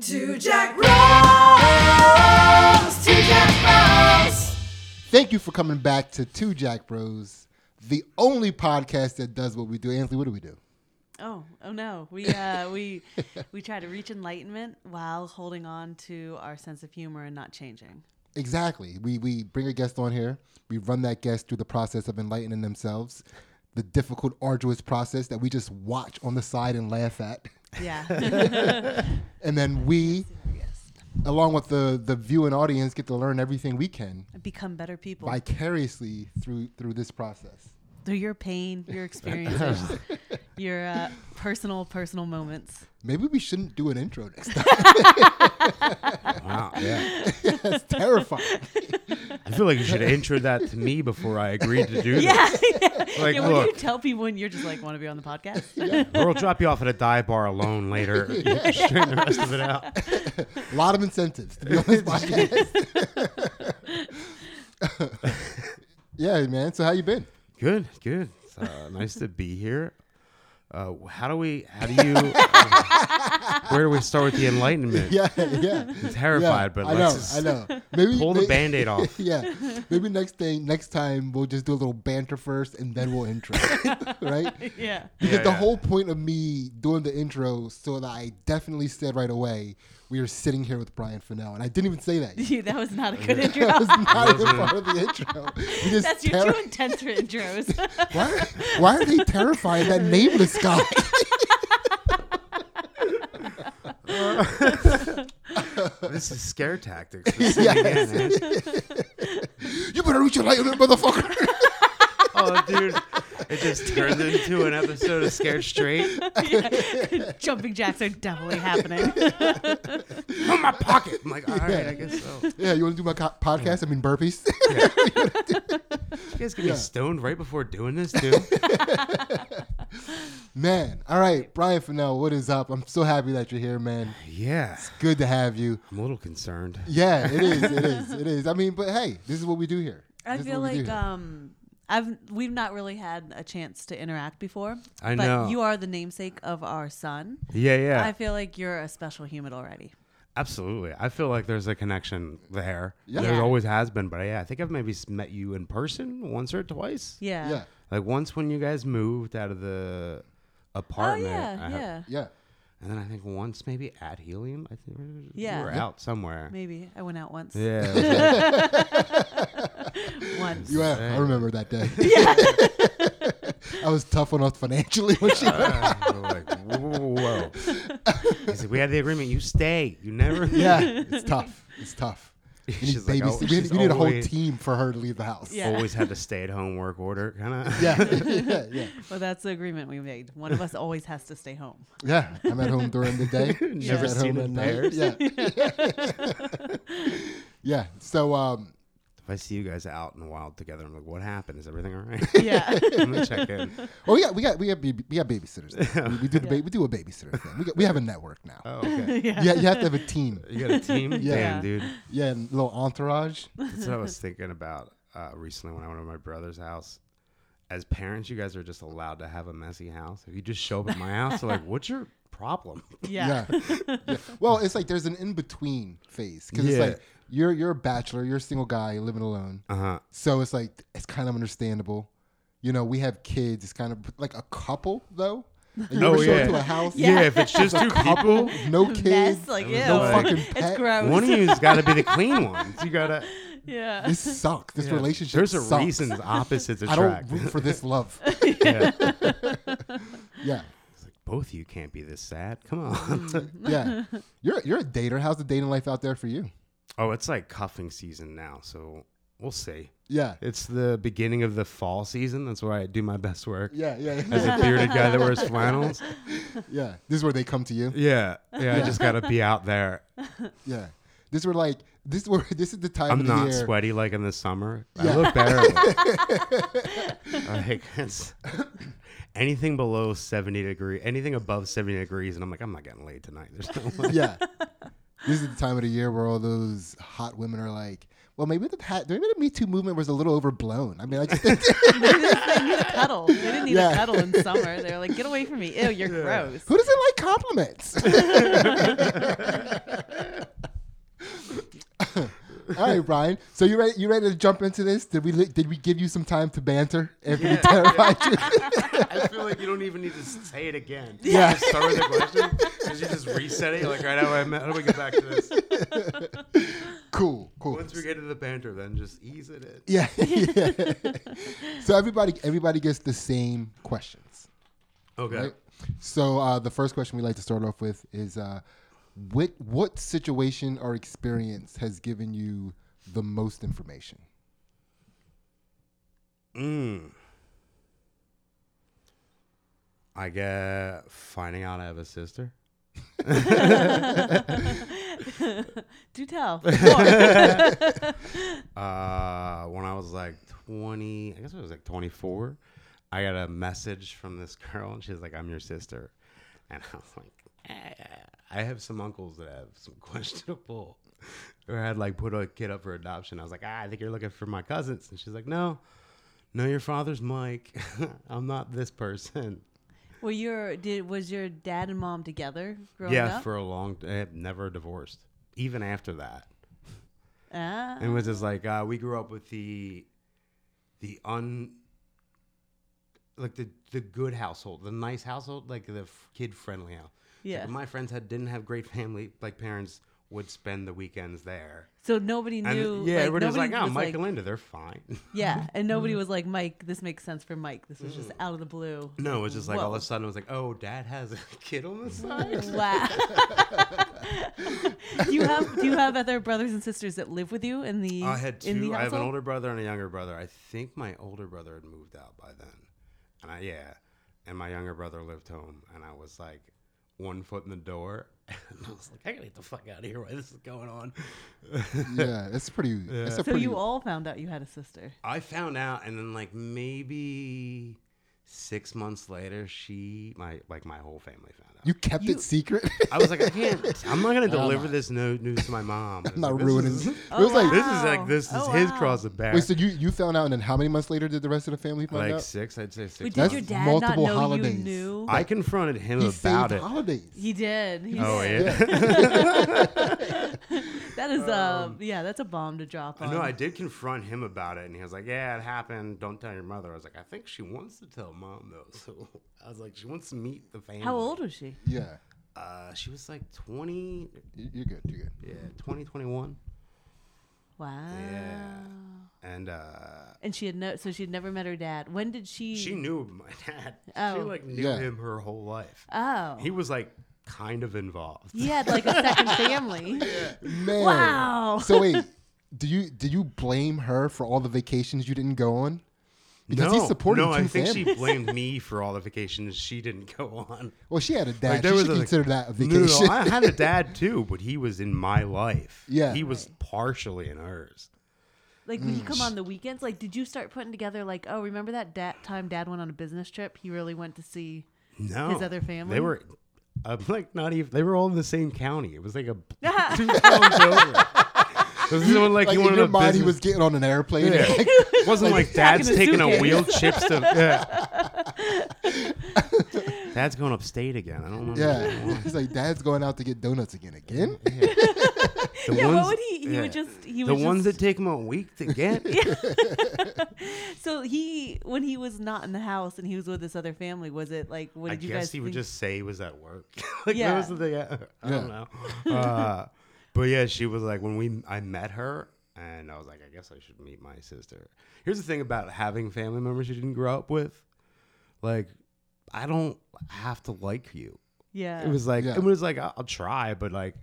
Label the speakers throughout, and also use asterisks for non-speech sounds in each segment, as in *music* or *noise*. Speaker 1: Two Jack Rolls! Two Jack Rolls!
Speaker 2: Thank you for coming back to Two Jack Bros, the only podcast that does what we do. Anthony, what do we do?
Speaker 3: Oh, oh no. We uh, we we try to reach enlightenment while holding on to our sense of humor and not changing.
Speaker 2: Exactly. We we bring a guest on here. We run that guest through the process of enlightening themselves, the difficult, arduous process that we just watch on the side and laugh at.
Speaker 3: Yeah.
Speaker 2: And then we, along with the the viewing audience, get to learn everything we can
Speaker 3: Become better people.
Speaker 2: vicariously through through this process.
Speaker 3: Through your pain, your experiences, your uh, personal personal moments.
Speaker 2: Maybe we shouldn't do an intro next time. *laughs*
Speaker 4: Wow. Yeah.
Speaker 2: That's terrifying.
Speaker 4: I feel like you should intro that to me before I agreed to do
Speaker 3: Yeah.
Speaker 4: this. Like,
Speaker 3: yeah, when you
Speaker 4: look,
Speaker 3: tell people and you're just like want to be on the podcast.
Speaker 4: we'll drop you off at a dive bar
Speaker 2: *laughs*
Speaker 4: alone later. *laughs* Straighten the rest of it out.
Speaker 2: A lot of incentives to be on this podcast. *laughs* yeah, man. So how you been? *laughs*
Speaker 4: Good, good. It's, uh, nice to be here. Uh, how do we? How do you? *laughs* where do we start with the enlightenment?
Speaker 2: Yeah, yeah.
Speaker 4: I'm terrified,
Speaker 2: yeah,
Speaker 4: but
Speaker 2: I
Speaker 4: let's
Speaker 2: know,
Speaker 4: just
Speaker 2: I know. Maybe
Speaker 4: pull the
Speaker 2: may-
Speaker 4: band-aid off.
Speaker 2: *laughs* yeah, maybe next thing, next time we'll just do a little banter first, and then we'll intro, right? Because
Speaker 3: *laughs* yeah.
Speaker 4: Yeah,
Speaker 2: the
Speaker 4: yeah.
Speaker 2: whole point of me doing the intro, so that I definitely said right away, we are sitting here with Brian Fennell, and I didn't even say that. *laughs*
Speaker 3: *laughs*
Speaker 2: yet.
Speaker 3: that was not a good
Speaker 2: That
Speaker 3: intro.
Speaker 2: was not even part of the intro. You just
Speaker 3: *laughs* That's your
Speaker 2: terri-
Speaker 3: two intense for intros. *laughs*
Speaker 2: why, why are they terrifying that nameless guy?
Speaker 4: This is scare tactics.
Speaker 2: *laughs*
Speaker 4: This is-
Speaker 2: yes. you better reach your light, little motherfucker. *laughs*
Speaker 4: oh, dude, it just turned into an episode of Scared Straight.
Speaker 3: Jumping jacks are definitely happening.
Speaker 4: In my pocket. I'm like, all right, I guess so. You
Speaker 2: yeah, you want to do my co- podcast? I mean, burpees. *laughs*
Speaker 4: guys get me stoned right before doing
Speaker 3: *laughs*
Speaker 4: this, too.
Speaker 2: Man, all right, Brian Fennell, what is up? I'm so happy that you're here, man.
Speaker 4: yeah,
Speaker 2: Good to have you.
Speaker 4: I'm a little concerned.
Speaker 2: Yeah, it is, it is, it is. I mean, but hey, this is what we do here.
Speaker 3: I
Speaker 2: This is
Speaker 3: feel
Speaker 2: what we do
Speaker 3: like
Speaker 2: here.
Speaker 3: um, I've we've not really had a chance to interact before.
Speaker 4: I
Speaker 3: but
Speaker 4: know.
Speaker 3: you are the namesake of our son.
Speaker 4: Yeah, yeah.
Speaker 3: I feel like you're a special human already.
Speaker 4: Absolutely. I feel like there's a connection there.
Speaker 2: Yeah.
Speaker 4: There
Speaker 3: Yeah.
Speaker 4: always has been, but yeah, I think I've maybe s- met you in person once or twice.
Speaker 3: Yeah.
Speaker 2: yeah,
Speaker 4: Like once when you guys moved out of the
Speaker 3: Oh
Speaker 4: apartment.
Speaker 3: yeah,
Speaker 4: I have-
Speaker 3: yeah.
Speaker 2: yeah.
Speaker 4: and then I think once maybe at Helium. I think we were,
Speaker 3: Yeah.
Speaker 4: we were
Speaker 3: Yeah.
Speaker 4: out somewhere.
Speaker 3: Maybe I went out once.
Speaker 4: Yeah.
Speaker 3: *laughs*
Speaker 4: it was like-
Speaker 3: Once.
Speaker 2: You are, I remember that
Speaker 3: *laughs*
Speaker 2: day. *laughs* I was tough on us financially. *laughs* When she,
Speaker 4: we "Ah." were like, whoa. I said, we had the agreement. You stay.
Speaker 3: *laughs*
Speaker 4: You never.
Speaker 2: yeah, it's tough. It's
Speaker 4: *laughs*
Speaker 2: tough. We need,
Speaker 4: She's like,
Speaker 2: babysit-
Speaker 4: oh,
Speaker 2: we, need,
Speaker 4: she's
Speaker 2: we need a whole
Speaker 4: always-
Speaker 2: team for her to leave the house.
Speaker 3: Yeah.
Speaker 4: Always had the stay at home work order kind
Speaker 3: *laughs*
Speaker 4: of.
Speaker 2: yeah, *laughs* yeah, yeah.
Speaker 3: Well, that's the agreement we made.
Speaker 2: *laughs*
Speaker 3: One of us always has to stay home.
Speaker 2: Yeah, I'm at home during the day. She's
Speaker 4: *laughs* Never
Speaker 2: at
Speaker 4: seen
Speaker 2: home
Speaker 4: a
Speaker 2: at night.
Speaker 4: bear.
Speaker 2: Yeah.
Speaker 4: *laughs*
Speaker 2: yeah. So, um,
Speaker 4: If I see you guys out in the wild together, I'm like, what happened? Is everything all right?
Speaker 2: *laughs*
Speaker 4: *laughs*
Speaker 3: Yeah. *laughs*
Speaker 4: I'm going to check in.
Speaker 2: oh yeah, we got we got baby, we got babysitters. now. we, we do the
Speaker 3: Yeah.
Speaker 2: ba- we do a babysitter thing. We, got, we have a network now.
Speaker 4: Oh, okay.
Speaker 3: yeah.
Speaker 2: yeah, you have to have a team.
Speaker 4: You got a team?
Speaker 3: Yeah.
Speaker 4: Damn, dude.
Speaker 2: Yeah, and a little entourage.
Speaker 4: That's what I was thinking about uh, recently when I went to my brother's house. As parents, you guys are just allowed to have a messy house. If you just show up at my house, they're like, what's your problem? *laughs*
Speaker 3: Yeah.
Speaker 2: Yeah. Yeah. Well, it's like there's an in between phase because it's
Speaker 4: Yeah.
Speaker 2: like you're you're a bachelor, you're a single guy, you're living alone.
Speaker 4: Uh huh.
Speaker 2: So it's like it's kind of understandable. You know, we have kids. It's kind of like a couple though. Like, you
Speaker 4: Oh,
Speaker 2: ever show up
Speaker 4: yeah.
Speaker 2: to a house,
Speaker 4: Yeah, if it's just two people,
Speaker 2: *laughs* no
Speaker 3: *laughs* Mess
Speaker 2: kids,
Speaker 3: like ew.
Speaker 2: no
Speaker 4: like-
Speaker 2: fucking
Speaker 3: *laughs* it's
Speaker 2: pet.
Speaker 3: gross.
Speaker 4: one of you's got to be the clean ones. You got to.
Speaker 2: *laughs*
Speaker 3: yeah.
Speaker 2: This sucks. This relationship.
Speaker 4: There's a
Speaker 2: sucks.
Speaker 4: reason
Speaker 2: *laughs*
Speaker 4: opposites
Speaker 2: I don't
Speaker 4: attract.
Speaker 2: root for this love.
Speaker 4: *laughs* yeah.
Speaker 2: Yeah,
Speaker 4: It's like, both of you can't be this sad. Come
Speaker 2: Mm-hmm.
Speaker 4: on. *laughs*
Speaker 2: yeah. You're you're a dater. How's the dating life out there for you?
Speaker 4: oh, it's like cuffing season now. So we'll see.
Speaker 2: Yeah,
Speaker 4: It's the beginning of the fall season. That's where I do my
Speaker 2: *laughs*
Speaker 4: best work.
Speaker 2: yeah, yeah,
Speaker 4: As a bearded guy that wears flannels.
Speaker 2: yeah. This is where they come to you.
Speaker 4: Yeah, yeah. I just gotta be out there.
Speaker 2: Yeah. This were like this were *laughs* this is the time
Speaker 4: I'm
Speaker 2: of
Speaker 4: not
Speaker 2: the year.
Speaker 4: sweaty like in the summer.
Speaker 2: Yeah.
Speaker 4: I
Speaker 2: *laughs*
Speaker 4: look better. like, it's- *laughs* anything below 70 degree, anything above 70 degrees, and I'm like, I'm not getting laid tonight. There's no way. *laughs*
Speaker 2: Yeah. this is the time of the year where all those hot women are like, well, maybe the hat, maybe the Me Too movement was a little overblown. I mean, I just think,
Speaker 3: they need a cuddle. They didn't need
Speaker 2: Yeah.
Speaker 3: a cuddle in summer. *laughs* They were like, get away from me. Ew, you're gross.
Speaker 2: who doesn't like compliments? *laughs* All right, Brian. So you ready? You ready to jump into this? Did we li- did we give you some time to banter after we
Speaker 4: Yeah.
Speaker 2: terrified *laughs* you?
Speaker 4: *laughs* I feel like you don't even need to say it again. Yeah. Just start with the question. Because you just reset it. You're like, all right, how do, I, how do we get back to this?
Speaker 2: cool, cool.
Speaker 4: Once we get to the banter, then just ease it in.
Speaker 2: *laughs* yeah, yeah. *laughs* so everybody everybody gets the same questions.
Speaker 4: Okay.
Speaker 2: Right. So uh, the first question we like to start off with is, uh, what what situation or experience has given you the most
Speaker 4: *laughs*
Speaker 2: information?
Speaker 4: Mm. I get finding out I have a sister.
Speaker 3: *laughs*
Speaker 2: *laughs*
Speaker 3: Do tell. More.
Speaker 4: Uh, when I was like 20, I guess I was like 24, I got a message from this *laughs* girl, and she's like, "I'm your sister," and I was like, eh. "I have some uncles that have some *laughs* questionable." Or had like put a kid up for adoption. I was like, ah, I think you're looking for my cousins, and she's like, No, no, your father's Mike. *laughs* I'm not this person.
Speaker 3: well, your did was your dad and mom together growing
Speaker 4: yeah,
Speaker 3: up?
Speaker 4: for a long, eh, never divorced. Even after that,
Speaker 3: ah,
Speaker 4: and it was just like uh, we grew up with the the un like the the good household the nice household like the f- kid friendly house Like,
Speaker 3: Yeah.
Speaker 4: my friends had didn't have great family like parents would spend the weekends there
Speaker 3: so nobody
Speaker 4: and
Speaker 3: knew.
Speaker 4: yeah
Speaker 3: like,
Speaker 4: everybody's
Speaker 3: nobody
Speaker 4: like oh
Speaker 3: was
Speaker 4: mike and linda they're fine *laughs*
Speaker 3: Yeah, and nobody
Speaker 4: Mm-hmm.
Speaker 3: was like, Mike, this makes sense for Mike. This was just out of the blue.
Speaker 4: no it was just like all
Speaker 3: Whoa.
Speaker 4: of a sudden it was like oh dad has a *laughs* kid on the
Speaker 3: *laughs*
Speaker 4: side
Speaker 3: Wow. *laughs* do you have do you have other brothers and sisters that live with you in the
Speaker 4: i had
Speaker 3: in the
Speaker 4: two i have an
Speaker 3: household?
Speaker 4: older brother and a younger brother i think my older brother had moved out by then and i yeah and my younger brother lived home and i was like one foot in the door *laughs* and i was like i gotta get the fuck out of here while this is going on
Speaker 2: Yeah, that's pretty. That's a
Speaker 3: So
Speaker 2: pretty.
Speaker 3: you all found out you had a sister.
Speaker 4: i found out and then like maybe six months later she my like my whole family found out
Speaker 2: you kept
Speaker 3: you-
Speaker 2: it secret. *laughs*
Speaker 4: i was like i can't i'm not gonna deliver this no news to my mom
Speaker 2: *laughs* I'm not ruining.
Speaker 4: this
Speaker 2: It
Speaker 4: is,
Speaker 3: Oh,
Speaker 2: was like
Speaker 4: this is like
Speaker 3: Wow.
Speaker 4: this is
Speaker 3: Oh,
Speaker 4: his
Speaker 3: wow.
Speaker 4: cross of back
Speaker 2: wait. So you you found out, and then how many months later did the rest of the family find
Speaker 4: like
Speaker 2: out?
Speaker 4: six i'd say six
Speaker 3: Wait,
Speaker 2: That's
Speaker 3: did
Speaker 4: months.
Speaker 3: your dad not
Speaker 2: multiple
Speaker 3: know
Speaker 2: holidays.
Speaker 3: you knew?
Speaker 4: I confronted him
Speaker 2: He
Speaker 4: about
Speaker 2: saved
Speaker 4: it.
Speaker 2: holidays.
Speaker 3: he did. He
Speaker 4: Oh
Speaker 3: did.
Speaker 4: *laughs* yeah.
Speaker 3: That is
Speaker 2: Um,
Speaker 3: a yeah. That's a bomb to drop on.
Speaker 4: *laughs* no, I did confront him about it, and he was like, "Yeah, it happened. Don't tell your mother." I was like, "I think she wants to tell mom though." *laughs* So I was like, "She wants to meet the family."
Speaker 3: How old was she?
Speaker 2: Yeah,
Speaker 4: Uh, she was like twenty.
Speaker 2: You- you're good. You're good.
Speaker 4: Yeah, twenty twenty one.
Speaker 3: Wow.
Speaker 4: Yeah. And uh,
Speaker 3: And she had no. So she had never met her dad. When did she?
Speaker 4: she knew my dad. She
Speaker 3: Oh.
Speaker 4: like knew
Speaker 2: Yeah.
Speaker 4: him her whole life.
Speaker 3: Oh.
Speaker 4: He was like kind of involved. *laughs*
Speaker 3: He had like a second family.
Speaker 2: Man.
Speaker 3: Wow.
Speaker 2: So wait, do you do you blame her for all the vacations you didn't go on? Because
Speaker 4: no,
Speaker 2: he supported
Speaker 4: no,
Speaker 2: two
Speaker 4: I think she
Speaker 2: families. *laughs*
Speaker 4: blamed me for all the vacations she didn't go on.
Speaker 2: Well, she had a
Speaker 4: Like,
Speaker 2: dad.
Speaker 4: there
Speaker 2: she
Speaker 4: was
Speaker 2: should
Speaker 4: a-
Speaker 2: consider that a
Speaker 4: No, no, no,
Speaker 2: vacation.
Speaker 4: I
Speaker 2: *laughs*
Speaker 4: had a dad too, but he was in my life.
Speaker 2: Yeah.
Speaker 4: he was partially in hers.
Speaker 3: Like
Speaker 4: Mm.
Speaker 3: would he come on the weekends? Like did you start putting together like oh remember that da- time Dad went on a business trip? He really went to see.
Speaker 4: No,
Speaker 3: His other family?
Speaker 4: They were, uh, like not even. They were all in the same county. It was
Speaker 3: *laughs*
Speaker 4: like a two towns over. This is when, like,
Speaker 2: *laughs* like
Speaker 4: you
Speaker 2: in
Speaker 4: wanted
Speaker 2: your
Speaker 4: a
Speaker 2: mind, he was
Speaker 4: business-
Speaker 2: getting on an airplane.
Speaker 4: *laughs*
Speaker 2: *laughs*
Speaker 4: Yeah.
Speaker 2: Like,
Speaker 4: It wasn't
Speaker 3: *laughs*
Speaker 4: like, dad's
Speaker 3: packing a
Speaker 4: taking a
Speaker 3: suitcase.
Speaker 4: wheel chips to.
Speaker 3: *laughs*
Speaker 4: Yeah. Dad's going upstate again. I don't know.
Speaker 2: yeah. *laughs* He's like, Dad's going out to get donuts again. Again?
Speaker 4: The
Speaker 3: Yeah,
Speaker 4: ones-
Speaker 3: what would he? He
Speaker 4: yeah.
Speaker 3: would just he
Speaker 4: the
Speaker 3: would
Speaker 4: ones
Speaker 3: just,
Speaker 4: that take him a week
Speaker 2: *laughs*
Speaker 4: to get. *laughs*
Speaker 3: So he when he was not in the house and he was with this other family, was it like what
Speaker 4: I
Speaker 3: did you
Speaker 4: guess
Speaker 3: guys?
Speaker 4: he would
Speaker 3: think?
Speaker 4: just say he was at work. *laughs* like that
Speaker 3: Yeah.
Speaker 4: was the thing. I, I don't know. Uh, but yeah, she was like when we I met her and I was like, I guess I should meet my sister. Here's the thing about having family members you didn't grow up with. Like, I don't have to like you.
Speaker 3: yeah.
Speaker 4: It was like
Speaker 2: Yeah.
Speaker 4: it was like I'll, I'll try, but like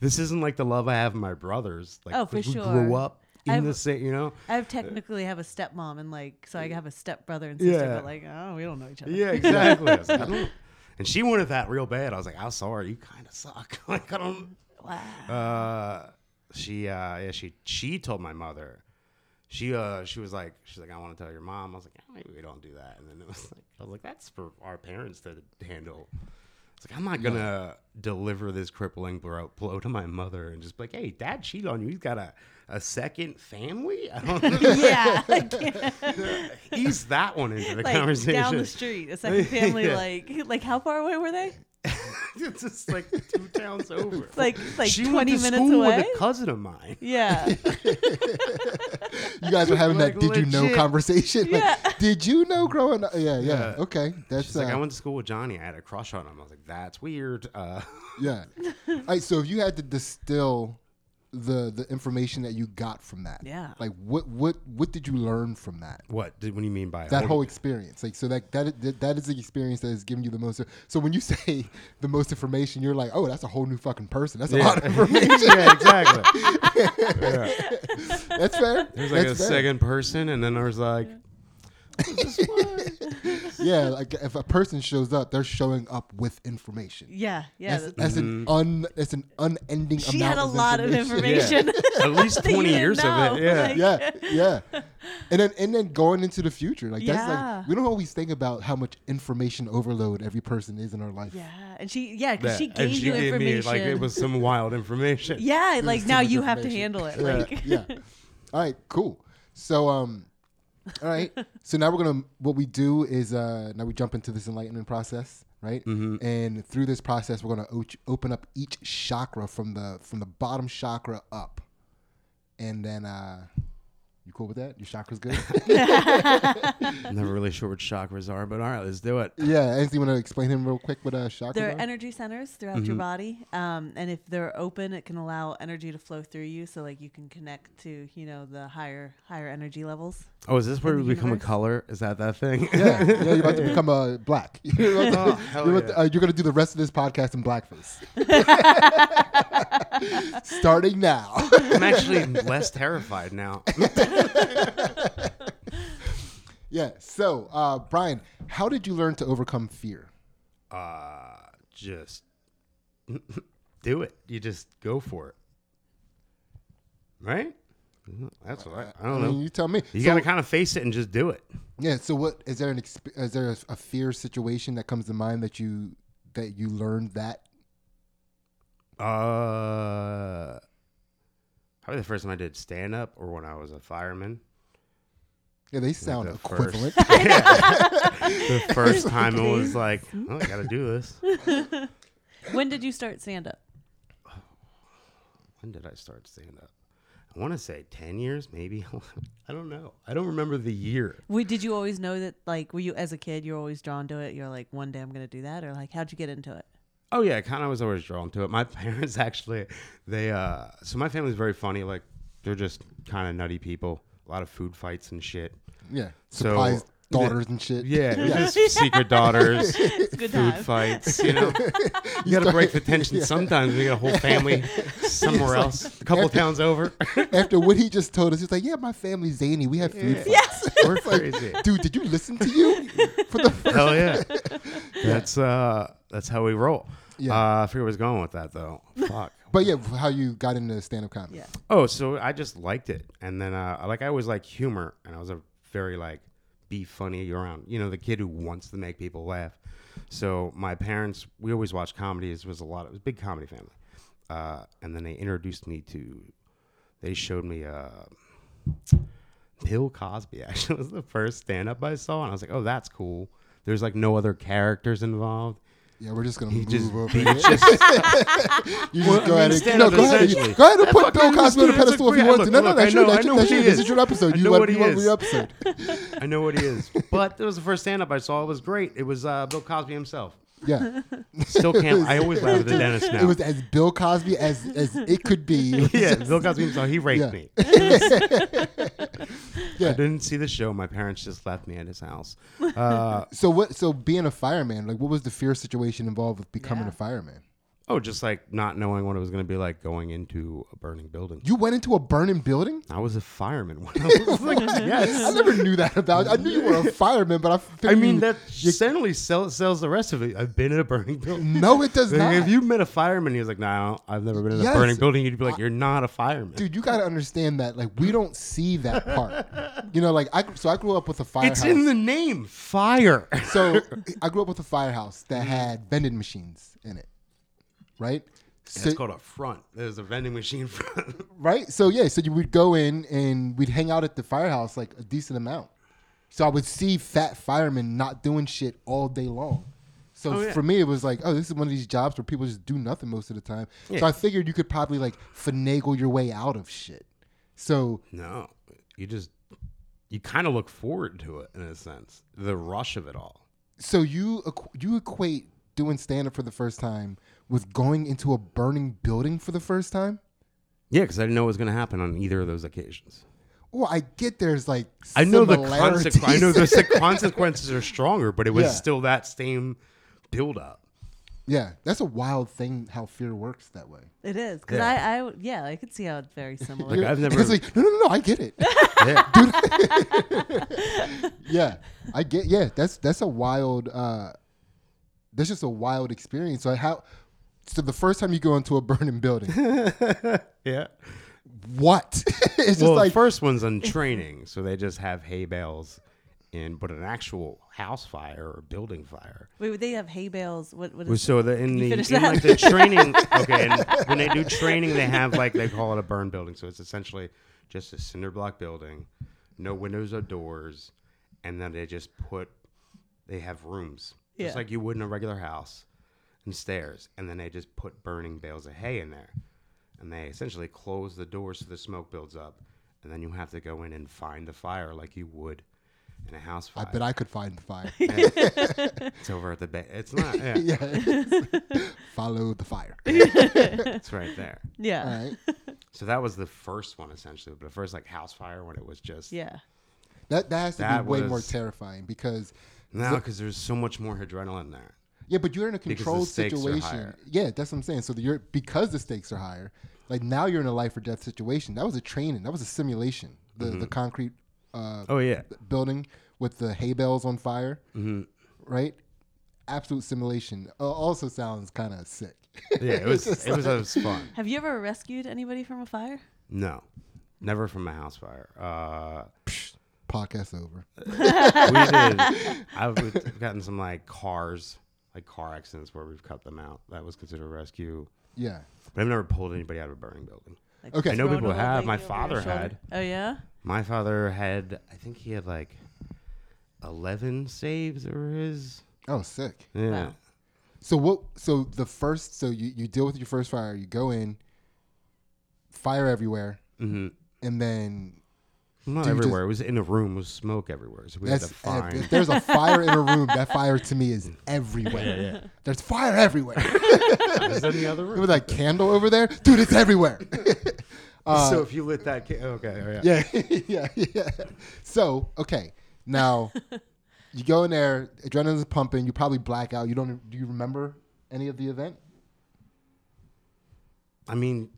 Speaker 4: this isn't like the love I have in my brothers. Like
Speaker 3: Oh, for
Speaker 4: 'cause we grew
Speaker 3: sure.
Speaker 4: up in
Speaker 3: I've-
Speaker 4: the same, you know.
Speaker 3: I have technically have a stepmom and like so I have a stepbrother and sister,
Speaker 4: Yeah.
Speaker 3: but like oh we don't know each other.
Speaker 4: Yeah, exactly. I was like, I don't- and she wanted that real bad. I was like, I'm sorry, you kind of suck. *laughs* like I don't.
Speaker 3: Wow.
Speaker 4: Uh, she uh yeah she she told my mother she uh she was like she's like I want to tell your mom I was like "Ah, maybe we don't do that and then it was *laughs* like I was like that's for our parents to handle it's like I'm not gonna deliver this crippling blow, blow to my mother and just be like hey dad cheated on you he's got a a second family I
Speaker 3: *laughs*
Speaker 4: don't know. *laughs*
Speaker 3: yeah. I can't-
Speaker 4: ease that one into the
Speaker 3: like
Speaker 4: conversation *laughs*
Speaker 3: down the street, a second family.
Speaker 4: Yeah.
Speaker 3: Like like how far away were they?
Speaker 4: *laughs* it's just like two *laughs* towns over.
Speaker 3: It's like it's like
Speaker 4: she
Speaker 3: twenty
Speaker 4: went to
Speaker 3: minutes
Speaker 4: school
Speaker 3: away.
Speaker 4: with a cousin of mine.
Speaker 3: yeah.
Speaker 2: You guys were having
Speaker 4: Like,
Speaker 2: that did you know
Speaker 4: legit.
Speaker 2: conversation. *laughs* Like,
Speaker 3: Yeah.
Speaker 2: did you know growing up? Yeah, yeah.
Speaker 4: Yeah.
Speaker 2: Okay. That's
Speaker 4: *laughs* She's like,
Speaker 2: uh,
Speaker 4: I went to school with Johnny. I had a crush on him. I was like, that's weird. Uh, *laughs*
Speaker 2: Yeah. All right. So if you had to distill the the information that you got from that,
Speaker 3: Yeah.
Speaker 2: like what what what did you learn from that?
Speaker 4: what? Did, what do you mean by
Speaker 2: That
Speaker 4: hold-
Speaker 2: whole experience, like so that that that- that is the experience that has given you the most. So when you *laughs* say the most information, you're like, oh, that's a whole new fucking person.
Speaker 4: *laughs*
Speaker 2: That's a lot of information.
Speaker 4: yeah, *laughs* exactly.
Speaker 2: That's
Speaker 4: *laughs*
Speaker 2: fair.
Speaker 4: There's like
Speaker 2: that's
Speaker 4: a
Speaker 2: fair.
Speaker 4: second person, and then there's like,
Speaker 2: Yeah, like if a person shows up, they're showing up with information.
Speaker 3: Yeah. Yeah.
Speaker 2: that's, that's an un that's an unending.
Speaker 3: she
Speaker 2: amount
Speaker 3: had a lot of information.
Speaker 4: *laughs* at least
Speaker 3: you
Speaker 4: 20
Speaker 3: didn't
Speaker 4: years
Speaker 3: know.
Speaker 4: of it. Yeah.
Speaker 3: Like-
Speaker 2: *laughs* yeah, yeah. And then and then going into the future, like that's
Speaker 3: Yeah.
Speaker 2: like we don't always think about how much information overload every person is in our life.
Speaker 3: yeah. And she yeah,
Speaker 4: That-
Speaker 3: because she gave
Speaker 4: and she
Speaker 3: you
Speaker 4: gave
Speaker 3: information.
Speaker 4: me like it was some wild *laughs* information.
Speaker 3: yeah, like now
Speaker 2: much
Speaker 3: you have to
Speaker 2: information.
Speaker 3: handle it.
Speaker 2: Yeah,
Speaker 3: Like
Speaker 2: yeah. All right, cool. So um, all right. So now we're gonna what we do is uh now we jump into this enlightenment process, right? And through this process, we're gonna o- open up each chakra from the from the bottom chakra up, and then uh, you cool with that? Your chakra's
Speaker 3: *laughs*
Speaker 2: good.
Speaker 4: Never really sure what chakras are, but all right, let's do it.
Speaker 2: yeah. Anything you want to explain him real quick? What uh, chakras
Speaker 3: There
Speaker 4: Uh-huh.
Speaker 2: are?
Speaker 3: are energy centers throughout your
Speaker 4: Mm-hmm.
Speaker 3: body, um, and if they're open, it can allow energy to flow through you. So, like, you can connect to you know the higher higher energy levels.
Speaker 4: Oh, is this where
Speaker 3: In
Speaker 4: we
Speaker 3: the
Speaker 4: become a
Speaker 3: universe.
Speaker 4: color? Is that that thing? *laughs*
Speaker 2: Yeah, yeah, you're about to become uh,
Speaker 3: *laughs*
Speaker 2: black. You're, about to-
Speaker 4: Oh, hell
Speaker 2: you're about to-
Speaker 4: yeah.
Speaker 2: uh, you're gonna do the rest of this podcast in
Speaker 4: *laughs*
Speaker 2: blackface. Starting now. *laughs*
Speaker 4: I'm actually less terrified now.
Speaker 2: yeah. So, uh, Brian, how did you learn to overcome fear?
Speaker 4: Uh, just *laughs* do it. You just go for it. Right? That's what I, I
Speaker 2: I
Speaker 4: don't
Speaker 2: mean,
Speaker 4: know.
Speaker 2: you tell me.
Speaker 4: You
Speaker 2: So-
Speaker 4: got to kind of face it and just do it.
Speaker 2: yeah. So, what is there an exp- is there a, a fear situation that comes to mind that you that you learned that?
Speaker 4: Uh, probably the first time I did stand up or when I was a fireman.
Speaker 2: Yeah, they sound
Speaker 4: the *laughs*
Speaker 2: equivalent.
Speaker 4: The first time it was like, oh, I got to do this.
Speaker 3: When did you start stand up?
Speaker 4: When did I start stand up? I want to say 10 years, maybe. *laughs* I don't know. I don't remember the year.
Speaker 3: We, did you always know that? Like, were you as a kid? You're always drawn to it. You're like, one day I'm gonna do that, or like, how'd you get into it?
Speaker 4: Oh yeah, kind of was always drawn to it. My *laughs* parents actually, they uh, so my family's very funny. Like they're just kind of nutty people. A lot of food fights and shit.
Speaker 2: yeah.
Speaker 4: So-
Speaker 2: Surprise daughters and shit.
Speaker 4: Yeah, just secret daughters,
Speaker 3: It's a good
Speaker 4: food
Speaker 3: time.
Speaker 4: fights. You know, you got to break the tension sometimes. We got a whole family somewhere else, a couple towns over.
Speaker 2: After what he just told us, he's like, "Yeah, my family's zany. We have food fights." *laughs*
Speaker 4: We're crazy.
Speaker 2: dude, did you listen to
Speaker 4: *laughs*
Speaker 2: you? For the first
Speaker 4: Hell yeah. That's uh, that's how we roll.
Speaker 2: Yeah.
Speaker 4: Uh, I forget where I was going with that though. Fuck.
Speaker 2: but yeah, how you got into stand up comedy?
Speaker 3: Yeah.
Speaker 4: Oh, so I just liked it, and then uh, like I always like humor, and I was a very like be funny around, you know, the kid who wants to make people laugh. So my parents, we always watched comedies. Was a lot. It was a big comedy family, uh, and then they introduced me to. They showed me uh, Bill Cosby. *laughs* Actually, was the first stand up I saw, and I was like, oh, that's cool. There's like no other characters involved.
Speaker 2: Yeah, we're just gonna
Speaker 4: He
Speaker 2: move
Speaker 4: just,
Speaker 2: over. *laughs*
Speaker 4: he
Speaker 2: here.
Speaker 4: just
Speaker 2: you just go
Speaker 4: I
Speaker 2: ahead
Speaker 4: mean,
Speaker 2: and
Speaker 4: stand
Speaker 2: no,
Speaker 4: up
Speaker 2: go ahead.
Speaker 4: essentially.
Speaker 2: and- Go ahead and
Speaker 4: I
Speaker 2: put
Speaker 4: fucking
Speaker 2: Bill Cosby on a
Speaker 4: understand. It's
Speaker 2: pedestal if
Speaker 4: like,
Speaker 2: you
Speaker 4: yeah,
Speaker 2: want to. No,
Speaker 4: look,
Speaker 2: no,
Speaker 4: look,
Speaker 2: that's
Speaker 4: I
Speaker 2: your,
Speaker 4: know-
Speaker 2: that's
Speaker 4: I
Speaker 2: your,
Speaker 4: know
Speaker 2: that's
Speaker 4: what
Speaker 2: your,
Speaker 4: he
Speaker 2: this
Speaker 4: is.
Speaker 2: is your episode.
Speaker 4: I
Speaker 2: You
Speaker 4: know
Speaker 2: want,
Speaker 4: what he
Speaker 2: you want
Speaker 4: is.
Speaker 2: re-episode.
Speaker 4: *laughs* I know what he
Speaker 2: *laughs*
Speaker 4: is. But it was the first stand up I saw. It was great. It was uh, Bill Cosby himself.
Speaker 2: Yeah,
Speaker 4: Still can't. I always laugh at the dentist now.
Speaker 2: *laughs* it
Speaker 4: *laughs*
Speaker 2: was as Bill Cosby as as it could be. *laughs*
Speaker 4: yeah, Bill Cosby himself. He raped
Speaker 2: Yeah.
Speaker 4: me. *laughs*
Speaker 2: *laughs* Yeah.
Speaker 4: I didn't see the show. My parents just left me at his house. Uh,
Speaker 2: So what? So being a fireman, like, what was the fear situation involved with becoming
Speaker 3: Yeah.
Speaker 2: a fireman?
Speaker 4: oh, just like not knowing what it was going to be like going into a burning building.
Speaker 2: You went into a burning building.
Speaker 4: I was a fireman. When I
Speaker 2: *laughs*
Speaker 4: was like, yes.
Speaker 2: I never knew that about. I knew you were
Speaker 4: *laughs*
Speaker 2: a fireman, but I.
Speaker 4: I
Speaker 2: figured
Speaker 4: mean,
Speaker 2: you-
Speaker 4: that generally sells, sells the rest of it. I've been in a burning building.
Speaker 2: No, it does
Speaker 4: *laughs* Like,
Speaker 2: not.
Speaker 4: If you met a fireman, he was like, "No, I don't- I've never been in
Speaker 2: Yes.
Speaker 4: a burning building." You'd be like, "You're not a fireman."
Speaker 2: dude, you gotta understand that. Like, we don't see that
Speaker 4: *laughs*
Speaker 2: part. You know, like I so I grew up with a firehouse.
Speaker 4: it's in the name, fire.
Speaker 2: so *laughs* I grew up with a firehouse that
Speaker 4: Mm-hmm.
Speaker 2: had vending machines in it, right? So,
Speaker 4: *laughs* It's called a front. There's a vending machine front. *laughs*
Speaker 2: right? So yeah, so you would go in and we'd hang out at the firehouse like a decent amount. So I would see fat firemen not doing shit all day long. So
Speaker 4: Oh, yeah.
Speaker 2: for me, it was like, oh, this is one of these jobs where people just do nothing most of the time. So
Speaker 4: Yeah.
Speaker 2: I figured you could probably like finagle your way out of shit. So
Speaker 4: No, you just you kind of look forward to it in a sense, the rush of it all.
Speaker 2: so you equ- you equate doing stand up for the first time with going into a burning building for the first time.
Speaker 4: Yeah, because I didn't know what was going to happen on either of those occasions.
Speaker 2: Well, I get there's like
Speaker 4: I know the
Speaker 2: similarities.
Speaker 4: consequences. I know the se- *laughs* consequences are stronger, but it was
Speaker 2: Yeah.
Speaker 4: still that same build up.
Speaker 2: *laughs* yeah, that's a wild thing how fear works that way.
Speaker 3: It is because
Speaker 4: Yeah.
Speaker 3: I, I, yeah, I could see how it's
Speaker 4: *laughs*
Speaker 3: very similar.
Speaker 4: Like I've never.
Speaker 2: *laughs* It's like no, no, no, no, I get it.
Speaker 4: *laughs* yeah.
Speaker 2: yeah, I get. Yeah, that's that's a wild. uh That's just a wild experience. So how? So the first time you go into a burning
Speaker 4: *laughs*
Speaker 2: building,
Speaker 4: yeah.
Speaker 2: what? *laughs* it's just
Speaker 4: Well,
Speaker 2: like
Speaker 4: the first one's on training, so they just have hay bales, in but an actual house fire or building fire.
Speaker 3: Wait, would they have hay bales? What? What
Speaker 4: Well,
Speaker 3: is?
Speaker 4: So the in the
Speaker 3: finish
Speaker 4: in
Speaker 3: that?
Speaker 4: like
Speaker 3: *laughs*
Speaker 4: the training, okay. And when they do training, they have like they call it a burn building. So it's essentially just a cinder block building, no windows or doors, and then they just put they have rooms
Speaker 3: Yeah.
Speaker 4: just like you would in a regular house and stairs, and then they just put burning bales of hay in there, and they essentially close the doors so the smoke builds up, and then you have to go in and find the fire like you would in a house
Speaker 2: I
Speaker 4: fire.
Speaker 2: bet I could find the
Speaker 4: *laughs*
Speaker 2: fire.
Speaker 4: it's over at the ba- it's not. Yeah,
Speaker 2: *laughs* yeah, follow the
Speaker 4: *laughs*
Speaker 2: fire.
Speaker 4: it's right there.
Speaker 3: yeah,
Speaker 2: All right.
Speaker 4: So that was the first one essentially, but the first like house fire when it was just
Speaker 3: yeah.
Speaker 2: That that has to
Speaker 4: That
Speaker 2: be way more
Speaker 4: was-
Speaker 2: terrifying because
Speaker 4: now because there's so much more adrenaline there.
Speaker 2: yeah, but you're in a controlled
Speaker 4: stakes are
Speaker 2: situation.
Speaker 4: higher.
Speaker 2: Yeah, that's what I'm saying. So that you're because the stakes are higher. Like now you're in a life or death situation. That was a training. That was a simulation. The the concrete uh,
Speaker 4: Mm-hmm. Oh yeah,
Speaker 2: building with the hay bales on fire,
Speaker 4: Mm-hmm.
Speaker 2: right? Absolute simulation. Uh, also sounds kind of sick. *laughs*
Speaker 4: yeah. It was it was, it was fun.
Speaker 3: Have you ever rescued anybody from a fire?
Speaker 4: No, never from a house fire. *laughs* Uh,
Speaker 2: Podcast over.
Speaker 4: we did. I've we've gotten some like cars, like car accidents where we've cut them out. That was considered a rescue,
Speaker 2: Yeah.
Speaker 4: but I've never pulled anybody out of a burning building.
Speaker 3: Like
Speaker 2: Okay. I
Speaker 4: know
Speaker 3: thrown a
Speaker 4: people
Speaker 3: little
Speaker 4: have.
Speaker 3: baby
Speaker 4: My
Speaker 3: over your
Speaker 4: father
Speaker 3: shoulder?
Speaker 4: had.
Speaker 3: Oh yeah.
Speaker 4: My father had, I think he had like eleven saves or his.
Speaker 2: Oh, sick.
Speaker 4: Yeah.
Speaker 3: Wow.
Speaker 2: So what? So the first. So you you deal with your first fire. You go in. Fire everywhere,
Speaker 4: Mm-hmm.
Speaker 2: and then
Speaker 4: Not
Speaker 2: Do you just-
Speaker 4: everywhere. it was in a room. It was smoke everywhere. So we had
Speaker 2: that's
Speaker 4: to find.
Speaker 2: if there's a fire in a room. That fire to me *laughs* is everywhere. There's fire everywhere.
Speaker 4: was in the other room.
Speaker 2: It was like candle over there, dude. It's everywhere.
Speaker 4: *laughs* so if you lit that, ca- okay, oh, yeah.
Speaker 2: *laughs* yeah, yeah, yeah. So okay, now you go in there. Adrenaline's pumping. You probably black out. You don't. Do you remember any of the event?
Speaker 4: I mean,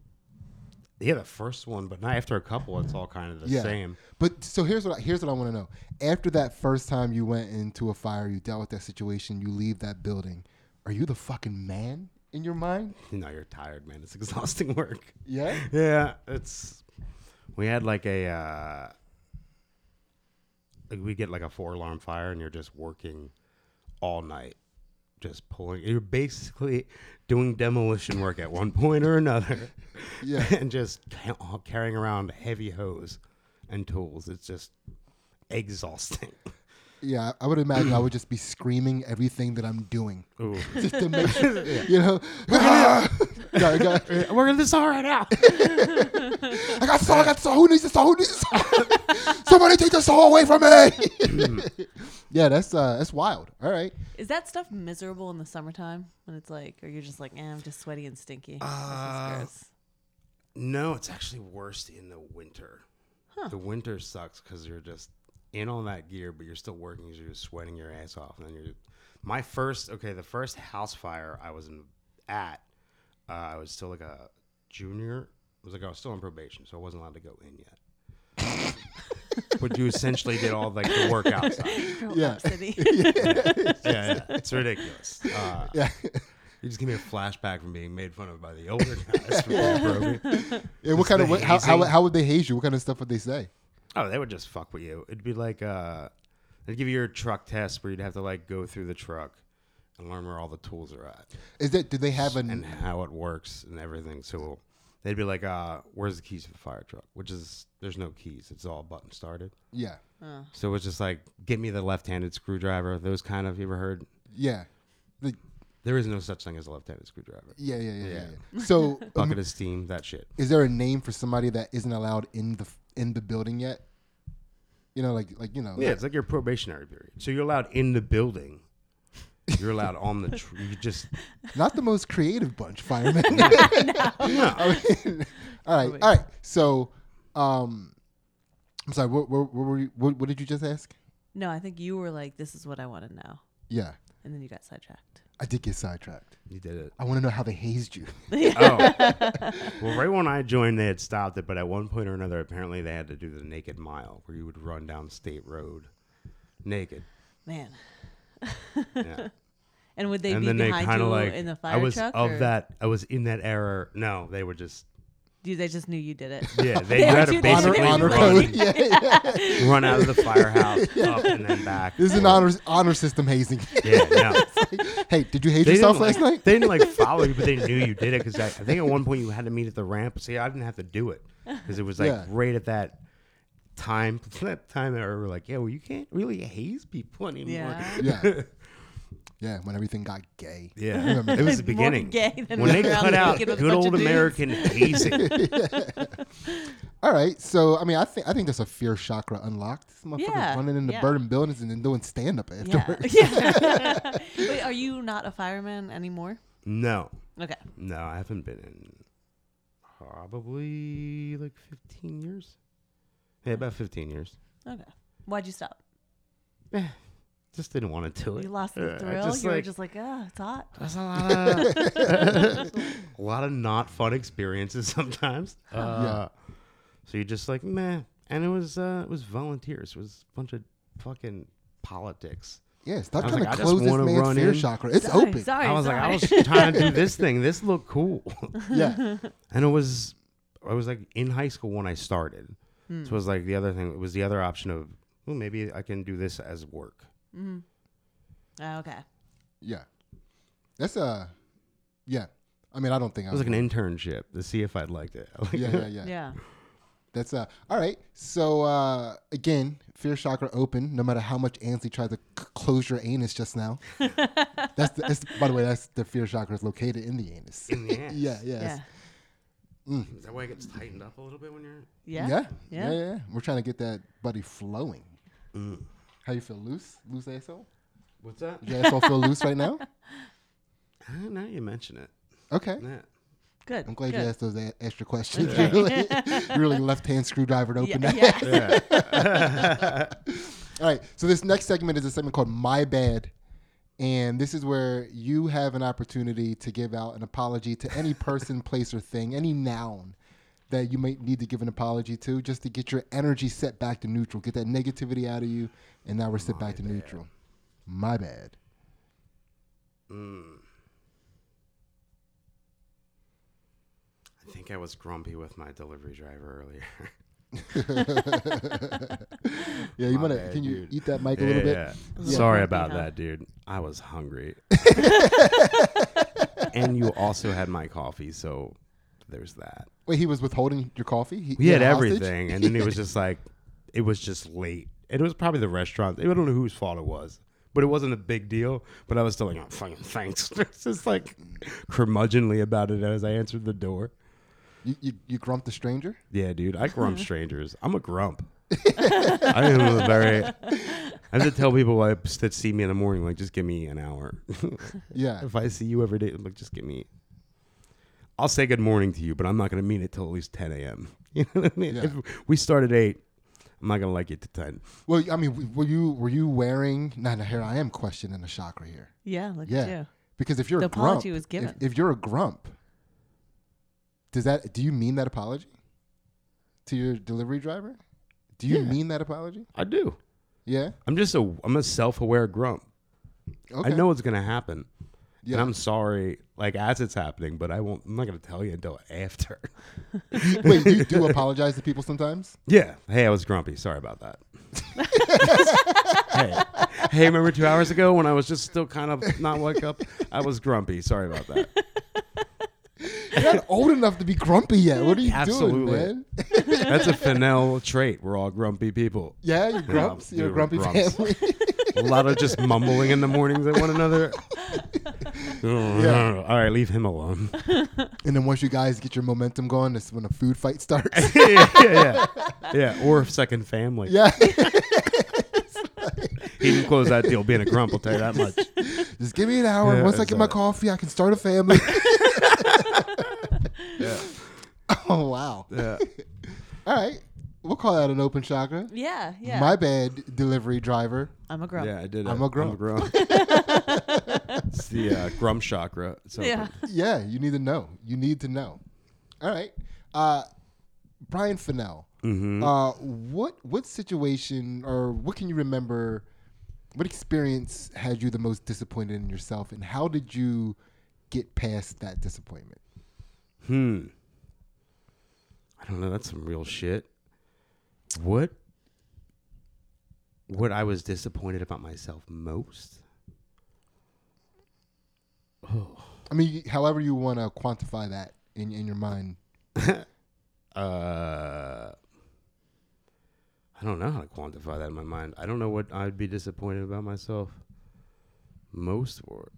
Speaker 4: yeah, the first one, but not after a couple, it's all kind of the
Speaker 2: Yeah.
Speaker 4: same.
Speaker 2: But so here's what I, here's what I want to know. After that first time you went into a fire, you dealt with that situation. You leave that building. Are you the fucking man in your mind?
Speaker 4: You know, you're tired, man. It's *laughs* exhausting work.
Speaker 2: Yeah.
Speaker 4: Yeah, it's. We had like a. Uh, like we get like a four alarm fire, and you're just working all night, just pulling. You're basically doing demolition work at one point or another. *laughs*
Speaker 2: Yeah.
Speaker 4: and just ca- carrying around heavy hose and tools. It's just exhausting.
Speaker 2: Yeah. I would imagine I would just be screaming everything that I'm doing
Speaker 4: *laughs* Ooh.
Speaker 2: just *laughs* to make sure, *laughs* you know. "Ah!" *laughs* Yeah, I got-
Speaker 4: We're gonna this all right out.
Speaker 2: I got saw. I got saw. Who needs the saw? Who needs the saw? *laughs* Somebody take the saw away from me. *laughs* yeah, that's uh, that's wild. All right.
Speaker 3: Is that stuff miserable in the summertime when it's like, or you're just like, eh, I'm just sweaty and stinky? This is
Speaker 4: Uh, *laughs*
Speaker 3: gross."
Speaker 4: no, it's actually worse in the winter. The winter sucks because you're just in all that gear, but you're still working. 'cause You're just sweating your ass off, and then you're. My first, okay, the first house fire I was in, at, uh, I was still like a junior. It was like I was still on probation, so I wasn't allowed to go in yet. but you essentially did all like the work outside.
Speaker 3: Grow
Speaker 2: Yeah.
Speaker 3: up, city. *laughs*
Speaker 4: yeah, yeah,
Speaker 2: *laughs*
Speaker 4: it's ridiculous. Uh,
Speaker 2: Yeah.
Speaker 4: You just give me a flashback from being made fun of by the older
Speaker 2: *laughs*
Speaker 4: guys. from Paul Brogan.
Speaker 2: Yeah, what kind of
Speaker 4: the
Speaker 2: what, how, how
Speaker 4: hazing.
Speaker 2: how would they haze you? What kind of stuff would they say?
Speaker 4: Oh, they would just fuck with you. It'd be like uh, they'd give you your truck test where you'd have to like go through the truck and learn where all the tools are at
Speaker 2: Is that do they have an
Speaker 4: and how it works and everything. So they'd be like, uh, "Where's the keys for the fire truck?" Which is there's no keys. It's all button started.
Speaker 2: yeah
Speaker 4: So it's just like, "Get me the left-handed screwdriver." Those kind of you ever heard?
Speaker 2: yeah The,
Speaker 4: There is no such thing as a left-handed screwdriver.
Speaker 2: yeah, yeah, yeah, yeah.
Speaker 4: Yeah.
Speaker 2: yeah. *laughs* So, um,
Speaker 4: Bucket of steam, that shit.
Speaker 2: is there a name for somebody that isn't allowed in the in the building yet? You know, like like you know,
Speaker 4: Yeah, it's like your probationary period. So you're allowed in the building. You're allowed on the. Tr- you just
Speaker 2: not the most creative bunch, *laughs*
Speaker 3: *laughs*
Speaker 2: firemen.
Speaker 4: no.
Speaker 2: all right, all right. So, um, I'm sorry. What what, what, were you, what what did you just ask?
Speaker 3: No, I think you were like, "This is what I want to know,"
Speaker 2: Yeah,
Speaker 3: and then you got sidetracked. *laughs*
Speaker 2: I did get sidetracked.
Speaker 4: You did it.
Speaker 2: I want to know how they hazed you.
Speaker 3: *laughs*
Speaker 4: Oh. well, right when I joined, they had stopped it, but at one point or another, apparently they had to do the naked mile where you would run down State Road
Speaker 3: *laughs*
Speaker 4: naked.
Speaker 3: Man,
Speaker 4: Yeah.
Speaker 3: and would they
Speaker 4: and
Speaker 3: be
Speaker 4: then they
Speaker 3: behind
Speaker 4: kind
Speaker 3: you
Speaker 4: of like.
Speaker 3: in the fire
Speaker 4: I was
Speaker 3: truck?
Speaker 4: of
Speaker 3: or
Speaker 4: that. I was in that error. No, they were just.
Speaker 3: Do they just knew you did it?
Speaker 4: *laughs*
Speaker 3: *laughs*
Speaker 4: Yeah, they
Speaker 3: They
Speaker 4: had to
Speaker 3: were too naked.
Speaker 4: basically
Speaker 3: Honor-
Speaker 4: run,
Speaker 2: *laughs* yeah, yeah.
Speaker 4: run out of the firehouse up and then back.
Speaker 2: This is an honor honor system
Speaker 4: *laughs*
Speaker 2: hazing.
Speaker 4: Yeah, no.
Speaker 2: hey, did you haze
Speaker 4: They
Speaker 2: yourself
Speaker 4: didn't,
Speaker 2: last
Speaker 4: like,
Speaker 2: night?
Speaker 4: They didn't
Speaker 2: *laughs*
Speaker 4: like follow you, but they knew you did it because I, I think at one point you had to meet at the ramp. See, I didn't have to do it because it was like
Speaker 2: Yeah.
Speaker 4: right at that time *laughs* that time where we were like, yeah, well, you can't really haze people anymore.
Speaker 3: Yeah.
Speaker 4: *laughs*
Speaker 2: yeah, yeah. When everything got gay. *laughs*
Speaker 4: Yeah.
Speaker 3: *laughs*
Speaker 4: it was the
Speaker 3: More
Speaker 4: beginning.
Speaker 3: gay than
Speaker 4: when they
Speaker 3: running around
Speaker 4: cut out
Speaker 3: naked with a
Speaker 4: good
Speaker 3: bunch
Speaker 4: old
Speaker 3: of dudes.
Speaker 4: American
Speaker 3: *laughs*
Speaker 4: hazing,
Speaker 2: All right, so I mean, I think I think that's a fear chakra unlocked. This motherfucker's
Speaker 3: Yeah,
Speaker 2: running into
Speaker 3: yeah.
Speaker 2: burning buildings and then doing stand up
Speaker 3: Yeah.
Speaker 2: afterwards.
Speaker 3: *laughs*
Speaker 4: *laughs*
Speaker 3: yeah. Wait, are you not a fireman anymore?
Speaker 4: no,
Speaker 3: Okay.
Speaker 4: no, I haven't been in probably like 15 years. Yeah, about 15 years.
Speaker 3: Okay. Why'd you stop?
Speaker 4: Just didn't want to do it.
Speaker 3: You lost the
Speaker 4: Uh,
Speaker 3: thrill.
Speaker 4: just,
Speaker 3: you were
Speaker 4: like-
Speaker 3: just like, ah, it's hot.
Speaker 4: That's a lot of *laughs* a lot of not fun experiences sometimes. Uh, So you're just like meh, and it was uh, it was volunteers. It was a bunch of fucking politics.
Speaker 2: Yeah, stop
Speaker 4: I was
Speaker 2: trying
Speaker 4: like, I
Speaker 2: to
Speaker 4: just
Speaker 2: close this
Speaker 4: wanna
Speaker 2: man's
Speaker 4: run
Speaker 2: fear
Speaker 4: in.
Speaker 2: chakra. It's
Speaker 3: Sorry,
Speaker 2: open.
Speaker 3: Sorry,
Speaker 4: I was like,
Speaker 3: sorry.
Speaker 4: I was trying to do *laughs* this thing. This looked cool, *laughs*
Speaker 2: Yeah,
Speaker 4: and it was I was like in high school when I started. So it was like the other thing. It was the other option of well, maybe I can do this as work.
Speaker 3: *laughs* Oh, okay.
Speaker 2: yeah. That's uh yeah. I mean, I don't think I
Speaker 4: It was like an internship to see if I'd liked it. *laughs*
Speaker 2: yeah, yeah, yeah,
Speaker 3: Yeah.
Speaker 2: That's uh all right. So uh again, fear chakra open. No matter how much Ansley tried to c- close your anus just now.
Speaker 3: *laughs*
Speaker 2: that's, the, that's by the way, that's the fear chakra is located in the anus.
Speaker 4: In the
Speaker 2: *laughs*
Speaker 4: ass.
Speaker 2: yeah, yeah,
Speaker 3: Yeah.
Speaker 2: it's-
Speaker 4: Is that why it gets tightened up a little bit when you're
Speaker 3: Yeah.
Speaker 2: yeah, yeah,
Speaker 3: Yeah.
Speaker 2: yeah, yeah. We're trying to get that buddy flowing.
Speaker 4: Mm.
Speaker 2: How you feel? Loose, loose asshole.
Speaker 4: What's that?
Speaker 2: Your asshole feel loose right
Speaker 3: *laughs*
Speaker 2: now?
Speaker 4: Ah, Now you mention it.
Speaker 2: Okay.
Speaker 4: Yeah.
Speaker 3: Good.
Speaker 2: I'm glad
Speaker 3: good.
Speaker 2: you asked those a- extra questions. *laughs* You really,
Speaker 3: *laughs*
Speaker 2: you really left-hand screwdriver to open
Speaker 3: Yeah.
Speaker 2: that.
Speaker 3: *laughs* yeah.
Speaker 2: *laughs* All right. So this next segment is a segment called My Bad. And this is where you have an opportunity to give out an apology to any
Speaker 3: *laughs*
Speaker 2: person, place, or thing, any noun that you might need to give an apology to just to get your energy set back to neutral, get that negativity out of you, and now we're set back to neutral. My bad.
Speaker 4: I think I was grumpy with my delivery driver earlier.
Speaker 2: Yeah, you
Speaker 4: My
Speaker 2: want to,
Speaker 4: bad,
Speaker 2: can you
Speaker 4: dude.
Speaker 2: eat that mic *laughs* a little bit?
Speaker 3: Yeah.
Speaker 4: Sorry
Speaker 3: Yeah.
Speaker 4: about
Speaker 3: Yeah.
Speaker 4: that, dude. I was
Speaker 2: *laughs*
Speaker 4: hungry. and you also had my coffee, so there's that.
Speaker 2: Wait, he was withholding your coffee? He,
Speaker 4: We
Speaker 2: you're
Speaker 4: had
Speaker 2: a hostage?
Speaker 4: everything, and then it was just like, it was just late. It was probably the restaurant. I don't know whose fault it was, but it wasn't a big deal. But I was still like, oh, fucking thanks. *laughs* It's just like curmudgeonly about it as I answered the door.
Speaker 2: You, you, you grumped the stranger?
Speaker 4: Yeah, dude, I grump strangers. I'm a grump. *laughs* I am a very. I have to tell people like, that see me in the morning, like, just give me an hour. *laughs*
Speaker 2: Yeah.
Speaker 4: if I see you every day, like, just give me. I'll say good morning to you, but I'm not gonna mean it till at least 10 a.m. *laughs* You know what I mean?
Speaker 2: Yeah.
Speaker 4: If we start at eight, I'm not gonna like it to 10.
Speaker 2: Well, I mean, w- were you were you wearing? Now, now here I am questioning the chakra here.
Speaker 3: Yeah. Look
Speaker 2: Yeah,
Speaker 3: at you.
Speaker 2: because if you're
Speaker 3: The
Speaker 2: a grump,
Speaker 3: apology was given.
Speaker 2: If, if you're a grump, does that do you mean that apology to your delivery driver? Do you mean that apology?
Speaker 4: I do.
Speaker 2: Yeah.
Speaker 4: I'm just a. I'm a self-aware grump.
Speaker 2: Okay.
Speaker 4: I know it's gonna happen.
Speaker 2: Yeah.
Speaker 4: And I'm sorry, like as it's happening, but I won't. I'm not gonna tell you until after. *laughs*
Speaker 2: Wait, you do apologize to people sometimes?
Speaker 4: Yeah. Hey, I was grumpy. Sorry about that. hey. *laughs* hey, remember two hours ago when I was just still kind of not woke up? I was grumpy. Sorry about that.
Speaker 2: You're not old enough to be grumpy yet. What are you
Speaker 4: Absolutely.
Speaker 2: doing, man? *laughs*
Speaker 4: That's a Fennel trait. We're all grumpy people.
Speaker 2: Yeah, you grumps. You're a
Speaker 4: dude,
Speaker 2: grumpy
Speaker 4: grumps.
Speaker 2: family. *laughs*
Speaker 4: A lot of just mumbling in the mornings at one *laughs* another. All right, leave him alone.
Speaker 2: and then once you guys get your momentum going, that's when a food fight
Speaker 4: *laughs*
Speaker 2: starts.
Speaker 4: *laughs* yeah, yeah, yeah. Yeah, or second family.
Speaker 2: yeah. *laughs*
Speaker 4: He can close that deal being a grump, I'll tell you that much.
Speaker 2: Just give me an hour.
Speaker 4: Yeah,
Speaker 2: Once I
Speaker 4: that's
Speaker 2: get my
Speaker 4: it.
Speaker 2: coffee, I can start a family.
Speaker 4: *laughs* *laughs* Yeah.
Speaker 2: *laughs* oh, wow.
Speaker 4: Yeah.
Speaker 2: All right. We'll call that an open chakra.
Speaker 3: Yeah, yeah.
Speaker 2: My bad, delivery driver.
Speaker 3: I'm a grump.
Speaker 4: Yeah, I did.
Speaker 2: I'm
Speaker 4: it.
Speaker 2: a grump.
Speaker 4: *laughs* grump. it's the uh, grum chakra.
Speaker 2: *laughs*
Speaker 3: *laughs*
Speaker 4: So
Speaker 3: Yeah.
Speaker 2: Yeah, you need to know. You need to know. All right. Uh, Brian Fennell.
Speaker 4: Mm-hmm.
Speaker 2: Uh, what what situation or what can you remember? What experience had you the most disappointed in yourself, and how did you get past that disappointment?
Speaker 4: Hmm. I don't know. That's some real shit. What? What I was disappointed about myself most?
Speaker 2: I mean, however you want to quantify that in in your mind.
Speaker 4: Uh, I don't know how to quantify that in my mind. I don't know what I'd be disappointed about myself most for.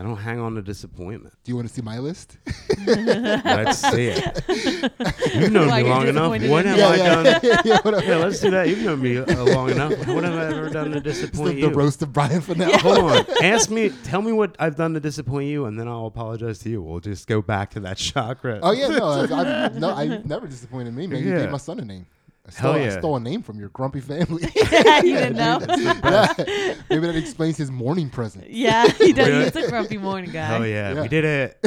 Speaker 4: I don't hang on
Speaker 3: *laughs*
Speaker 4: to disappointment.
Speaker 2: Do you want to see my list?
Speaker 4: Let's see it. You've known
Speaker 3: Why
Speaker 4: me
Speaker 3: you're
Speaker 4: long enough.
Speaker 3: disappointed
Speaker 4: What
Speaker 3: in
Speaker 4: have
Speaker 3: me.
Speaker 2: *laughs*
Speaker 4: I
Speaker 2: yeah,
Speaker 4: done?
Speaker 2: yeah, yeah, whatever.
Speaker 4: Yeah, let's do that. You've known me uh, long enough. What have I ever done to
Speaker 2: It's
Speaker 4: disappoint
Speaker 2: the,
Speaker 4: you?
Speaker 2: the roast of Brian Fennell.
Speaker 4: Hold on. Ask me. Tell me what I've done to disappoint you, and then I'll apologize to you. We'll just go back to that *laughs* chakra.
Speaker 2: Oh
Speaker 4: *laughs*
Speaker 2: yeah, no, I've, I've, no, I've never disappointed me, man. You
Speaker 4: Yeah.
Speaker 2: gave my son a name. I
Speaker 4: Hell
Speaker 2: stole, I
Speaker 4: yeah.
Speaker 2: stole a name from your grumpy
Speaker 4: *laughs*
Speaker 2: family.
Speaker 3: *laughs* you didn't know.
Speaker 2: Yeah. *laughs* Maybe that explains his morning present.
Speaker 3: yeah, he does.
Speaker 4: Really?
Speaker 3: He's a grumpy morning guy.
Speaker 4: Hell yeah,
Speaker 2: Yeah.
Speaker 4: we did it.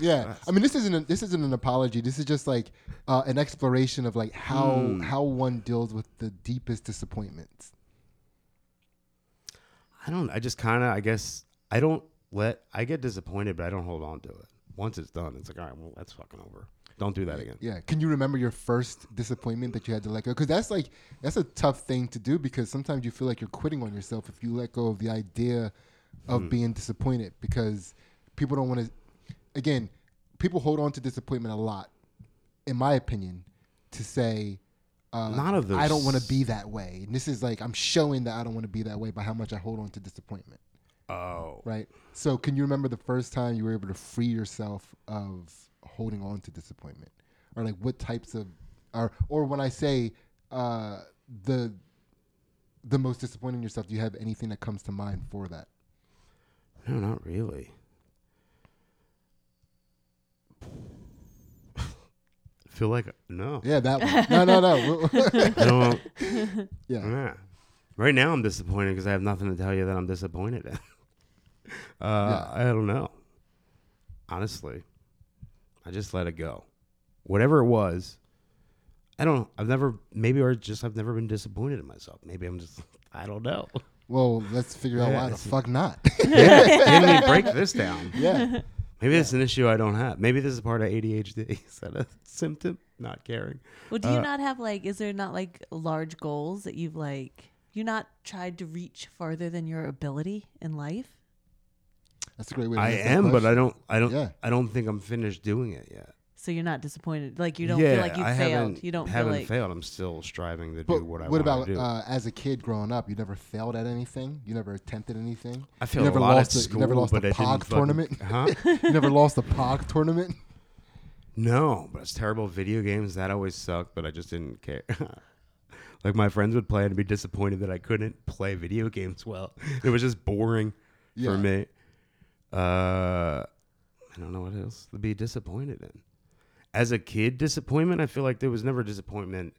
Speaker 2: Yeah, I mean, this isn't a, this isn't an apology. This is just like uh, an exploration of like how
Speaker 4: Hmm.
Speaker 2: how one deals with the deepest disappointments.
Speaker 4: I don't. I just kind of. I guess I don't let. I get disappointed, but I don't hold on to it. Once it's done, it's like, all right, well, that's fucking over. Don't do that again.
Speaker 2: Yeah, can you remember your first disappointment that you had to let go? Because that's like that's a tough thing to do because sometimes you feel like you're quitting on yourself if you let go of the idea of being disappointed because people don't want to. Again, people hold on to disappointment a lot, in my opinion, to say. Uh,
Speaker 4: None of those.
Speaker 2: I don't want to be that way. And this is like I'm showing that I don't want to be that way by how much I hold on to disappointment,
Speaker 4: Oh,
Speaker 2: right? So, can you remember the first time you were able to free yourself of holding on to disappointment, or like what types of, or or when I say uh, the the most disappointing in yourself, do you have anything that comes to mind for that?
Speaker 4: no, not really. *laughs* I feel like no.
Speaker 2: Yeah, that one. No,
Speaker 4: *laughs*
Speaker 2: no, no.
Speaker 4: I don't.
Speaker 2: yeah,
Speaker 4: Yeah. Right now, I'm disappointed because I have nothing to tell you that I'm disappointed in. *laughs* uh, I don't know. Honestly, I just let it go. Whatever it was, I don't. I've never. Maybe or just I've never been disappointed in myself. Maybe I'm just. I
Speaker 2: *laughs*
Speaker 4: don't know.
Speaker 2: *laughs* Well, let's figure out
Speaker 4: Yeah,
Speaker 2: why the
Speaker 4: it's-
Speaker 2: fuck not.
Speaker 4: *laughs* yeah. Can we break this down?
Speaker 2: yeah,
Speaker 4: Maybe it's an issue I don't have. Maybe this is part of ADHD. *laughs* is that a symptom? Not caring.
Speaker 3: Well, do you
Speaker 4: Uh,
Speaker 3: not have like? Is there not like large goals that you've like? You not tried to reach farther than your ability in life?
Speaker 2: *laughs* that's a great way. to
Speaker 4: I
Speaker 2: answer that
Speaker 4: am, but I
Speaker 2: question.
Speaker 4: don't. I don't.
Speaker 2: Yeah.
Speaker 4: I don't think I'm finished doing it yet.
Speaker 3: So you're not disappointed. Like you don't feel like you
Speaker 4: I
Speaker 3: failed.
Speaker 4: haven't-
Speaker 3: You don't feel
Speaker 4: haven't
Speaker 3: like
Speaker 4: failed. I'm still striving to
Speaker 2: But
Speaker 4: do what I
Speaker 2: what
Speaker 4: want
Speaker 2: about
Speaker 4: to do.
Speaker 2: uh, as a kid growing up? You never failed at anything. You never attempted anything.
Speaker 4: I
Speaker 2: you
Speaker 4: failed
Speaker 2: never
Speaker 4: a lot
Speaker 2: lost
Speaker 4: at
Speaker 2: a-
Speaker 4: school,
Speaker 2: you never lost
Speaker 4: but
Speaker 2: a
Speaker 4: I
Speaker 2: POG
Speaker 4: didn't fucking-
Speaker 2: tournament. *laughs*
Speaker 4: *laughs* huh?
Speaker 2: you never lost a POG tournament.
Speaker 4: No, but it's terrible. Video games that always sucked, but I just didn't care. *laughs* like my friends would play and be disappointed that I couldn't play video games well. *laughs* It was just boring
Speaker 2: Yeah.
Speaker 4: for me. Uh, I don't know what else to be disappointed in. As a kid, disappointment. I feel like there was never disappointment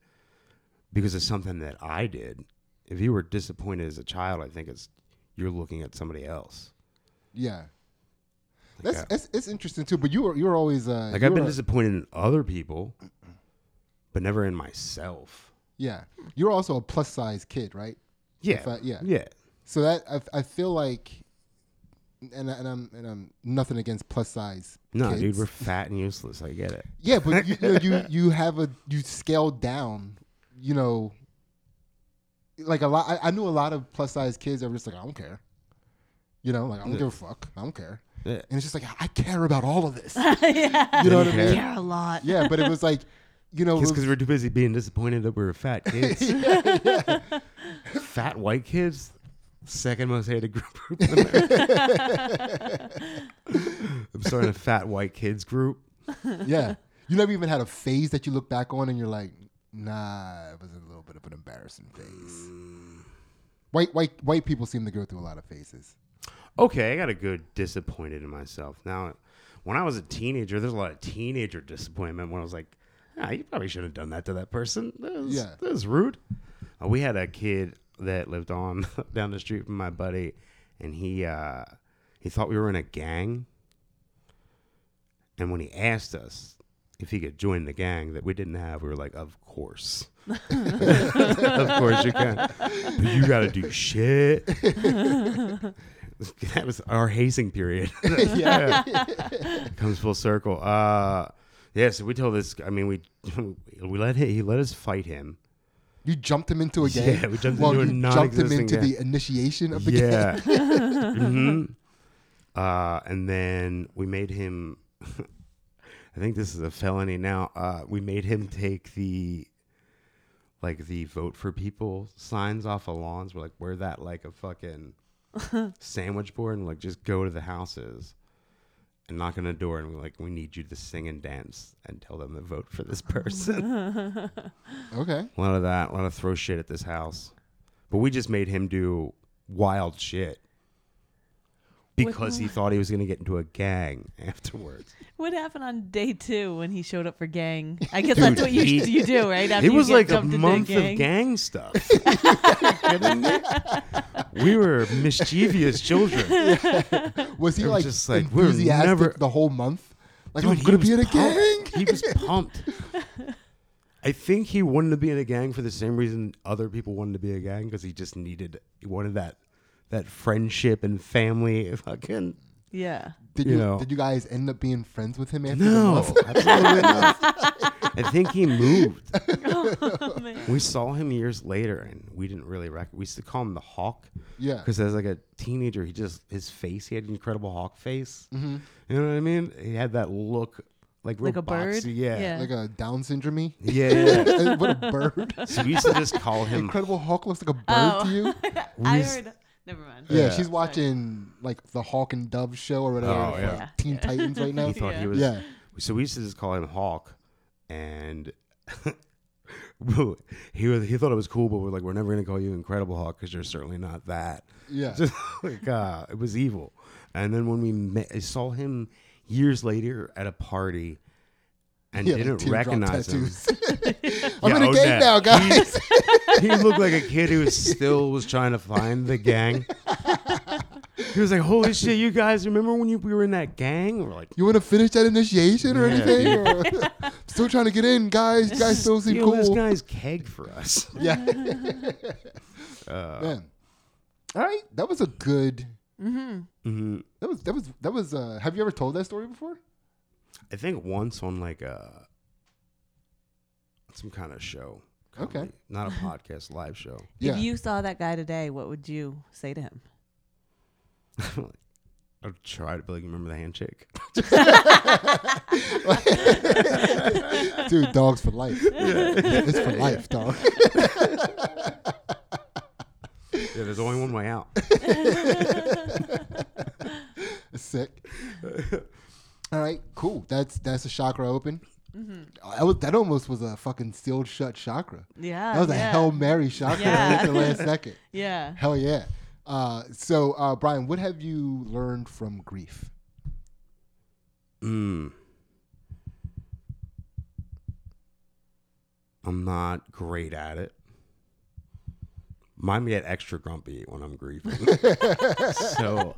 Speaker 4: because of something that I did. If you were disappointed as a child, I think it's you're looking at somebody else.
Speaker 2: Yeah, that's
Speaker 4: Yeah.
Speaker 2: It's, it's interesting too. But you were you were always uh,
Speaker 4: Like
Speaker 2: you
Speaker 4: I've been
Speaker 2: were-
Speaker 4: disappointed in other people, but never in myself.
Speaker 2: yeah. You were also a plus size kid, right?
Speaker 4: Yeah,
Speaker 2: If I- yeah.
Speaker 4: yeah.
Speaker 2: So that I, I feel like, and, I- and I'm and I'm nothing against plus size.
Speaker 4: No,
Speaker 2: kids.
Speaker 4: dude, we're fat and useless. I get it.
Speaker 2: *laughs* yeah, but you, you, know,
Speaker 4: *laughs*
Speaker 2: you you have a you scale down, you know. Like a lot, I, I knew a lot of plus size kids that were just like, I don't care, you know, like I don't give a fuck, I don't care.
Speaker 4: Yeah.
Speaker 2: And it's just like I care about all of this.
Speaker 3: yeah.
Speaker 2: You
Speaker 4: *laughs*
Speaker 2: know what I
Speaker 4: You
Speaker 2: mean?
Speaker 4: care.
Speaker 3: care a lot.
Speaker 2: Yeah, but it was like, you know, it
Speaker 4: It's
Speaker 2: was-
Speaker 4: because we're too busy being disappointed that we're
Speaker 2: *laughs*
Speaker 4: fat kids. fat white kids, second most hated group
Speaker 2: *laughs*
Speaker 4: group in America. I'm starting a fat white kids group.
Speaker 2: yeah. You never even had a phase that you look back on and you're like, nah, it was a little bit of an embarrassing phase.
Speaker 4: Mm.
Speaker 2: White white white people seem to go through a lot of phases.
Speaker 4: Okay, I got a good disappointed in myself. Now, when I was a teenager, there's a lot of teenager disappointment when I was like, ah, you probably shouldn't have done that to that person. That was,
Speaker 2: Yeah.
Speaker 4: that was rude. Uh, we had a kid that lived on *laughs* down the street from my buddy, and he uh, he thought we were in a gang. And when he asked us if he could join the gang that we didn't have, we were like, of course. *laughs* of course you can. But you got to do shit. *laughs* that was our hazing period. yeah. *laughs* Comes full circle. Uh, yeah, so we told this, I mean, we *laughs* we let him, he let us fight him.
Speaker 2: You jumped him into a game.
Speaker 4: Yeah, we jumped
Speaker 2: well,
Speaker 4: into a
Speaker 2: you jumped him
Speaker 4: non-existent
Speaker 2: into
Speaker 4: gang.
Speaker 2: the initiation of the game. *laughs*
Speaker 4: Yeah. *laughs* hmm Uh, and then we made him. *laughs* I think this is a felony now. Uh, we made him take the, like the vote for people signs off of lawns. We're like, wear that like
Speaker 2: *laughs*
Speaker 4: a fucking sandwich board, and like just go to the houses. And knock on the door, and we're like, "We need you to sing and dance, and tell them to vote
Speaker 2: *laughs*
Speaker 4: for this person."
Speaker 2: Okay.
Speaker 4: A lot of that. A lot of throw shit at this house. But we just made him do wild shit because he thought he was going to get into a gang *laughs* afterwards.
Speaker 3: What happened on day two when he showed up for gang? I guess that's what you,
Speaker 4: he-
Speaker 3: you do, right? After
Speaker 4: it
Speaker 3: you
Speaker 4: was
Speaker 3: get
Speaker 4: like a
Speaker 3: jumped into
Speaker 4: month of
Speaker 2: *laughs*
Speaker 4: gang stuff. Kidding me? we were mischievous
Speaker 2: *laughs*
Speaker 4: children.
Speaker 2: Was he
Speaker 4: They were
Speaker 2: like
Speaker 4: just like, we're
Speaker 2: enthusiastic
Speaker 4: never-
Speaker 2: the whole month? Like
Speaker 4: Dude,
Speaker 2: I'm
Speaker 4: he
Speaker 2: gonna be in
Speaker 4: was
Speaker 2: a gang.
Speaker 4: pumped.
Speaker 2: *laughs*
Speaker 4: He was pumped. I think he wanted to be in a gang for the same reason other people wanted to be a gang because he just needed he wanted that that friendship and family fucking
Speaker 3: Yeah.
Speaker 2: Did you,
Speaker 4: You know.
Speaker 2: did you guys end up being friends with him after the
Speaker 4: No,
Speaker 2: month? *laughs*
Speaker 4: absolutely not. I think he moved.
Speaker 3: Oh, man.
Speaker 4: We saw him years later, and we didn't really rec. We used to call him the Hawk.
Speaker 2: Yeah.
Speaker 4: Because as like a teenager, he just his face. He had an incredible hawk face.
Speaker 2: Mm-hmm.
Speaker 4: You know what I mean? He had that look, like
Speaker 3: Like
Speaker 4: real
Speaker 3: a bird?
Speaker 4: boxy, Yeah.
Speaker 3: Yeah.
Speaker 2: Like a Down syndrome.
Speaker 3: *laughs*
Speaker 4: Yeah, yeah, yeah.
Speaker 2: *laughs* what a bird!
Speaker 4: so we used to just call him.
Speaker 2: Incredible Hulk looks like a bird
Speaker 3: Oh.
Speaker 2: to you.
Speaker 3: I
Speaker 4: used-
Speaker 3: heard. Never mind.
Speaker 2: Yeah,
Speaker 4: Yeah.
Speaker 2: she's watching like the Hawk and Dove show or whatever.
Speaker 4: Oh,
Speaker 2: like,
Speaker 4: yeah.
Speaker 2: Teen Titans right now.
Speaker 4: *laughs* He thought
Speaker 3: Yeah.
Speaker 4: he was.
Speaker 2: Yeah.
Speaker 4: So we used to just call him Hawk, and *laughs* he was he thought it was cool, but we're like, we're never gonna call you Incredible Hawk because you're certainly not that.
Speaker 2: Yeah. *laughs*
Speaker 4: *laughs* just like uh, it was evil. And then when we met, I saw him years later at a party, and
Speaker 2: He had, like,
Speaker 4: didn't
Speaker 2: teardrop
Speaker 4: recognize him. *laughs*
Speaker 2: *laughs* I'm
Speaker 4: Yeah,
Speaker 2: in a
Speaker 4: oh,
Speaker 2: gang
Speaker 4: that.
Speaker 2: now,
Speaker 4: *laughs*
Speaker 2: guys.
Speaker 4: He looked like a kid who still was trying to find the gang. He was like, "Holy shit, you guys! Remember when you, we were in that gang?" We're like,
Speaker 2: you want to finish that initiation or
Speaker 4: Yeah,
Speaker 2: anything? Or- *laughs* still trying to get in, guys. You guys still seem
Speaker 4: "Yo, this
Speaker 2: cool.
Speaker 4: guy's keg for us."
Speaker 2: *laughs*
Speaker 4: *laughs* Uh,
Speaker 2: Yeah. Man. All right, that was a good.
Speaker 4: Mhm.
Speaker 2: That was that was that was. Uh, have you ever told that story
Speaker 4: *laughs*
Speaker 2: before?
Speaker 4: I think once on like a some kind of show.
Speaker 2: Okay.
Speaker 4: Not a podcast, live show. *laughs*
Speaker 2: Yeah.
Speaker 3: If you saw that guy today, what would you say to him?
Speaker 4: I tried to be like, remember the handshake?
Speaker 2: Dude, dogs for life. it's for life,
Speaker 4: *laughs*
Speaker 2: dog.
Speaker 4: yeah, there's only one way out.
Speaker 2: Sick. *laughs* All right, cool. That's that's a chakra open.
Speaker 3: Mm-hmm.
Speaker 2: That, was, that almost was a fucking sealed shut chakra.
Speaker 3: Yeah.
Speaker 2: That was a
Speaker 3: Uh, yeah.
Speaker 2: hell mary chakra right at the last second.
Speaker 3: Yeah.
Speaker 2: Hell yeah. Uh, so uh, Brian, what have you learned from grief?
Speaker 4: Mm. I'm not great at it. Mine get extra grumpy when I'm grieving. so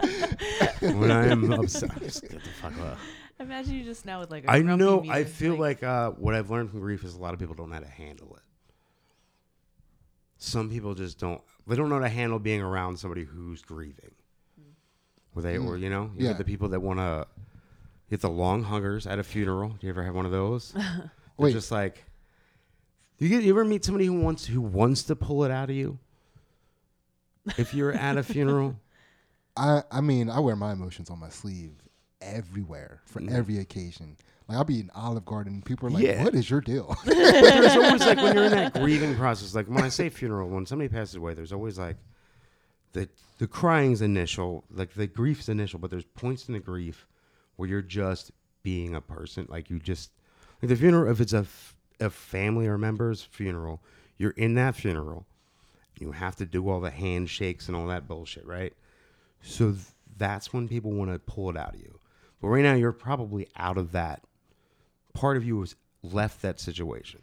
Speaker 4: when I'm upset, I'm just get the fuck up.
Speaker 3: Imagine you just now with like. a
Speaker 4: I
Speaker 3: grumpy
Speaker 4: know. I
Speaker 3: meeting,
Speaker 4: feel like, uh, what I've learned from grief is a lot of people don't know how to handle it. Some people just don't. They don't know how to handle being around somebody who's grieving. Or they, or you know,
Speaker 2: Mm.
Speaker 4: you
Speaker 2: Yeah.
Speaker 4: get the people that want to. Get the long huggers at a funeral. Do you ever have one
Speaker 3: *laughs*
Speaker 4: of those? They're
Speaker 2: Wait.
Speaker 4: just like. You, get, you ever meet somebody who wants who wants to pull it out of you? If you're at a funeral,
Speaker 2: I I mean, I wear my emotions on my sleeve everywhere for every occasion. Like I'll be in Olive Garden, people are like,
Speaker 4: Mm-hmm. Yeah.
Speaker 2: "What is your deal?" *laughs*
Speaker 4: there's always like when you're in that grieving process, like when I say funeral, when somebody passes away, there's always like the the crying's initial, like the grief's initial, but there's points in the grief where you're just being a person, like you just like the funeral. If it's a f- a family or member's funeral, you're in that funeral. You have to do all the handshakes and all that bullshit, right? So th- that's when people want to pull it out of you. But right now, you're probably out of that. Part of you has left that situation.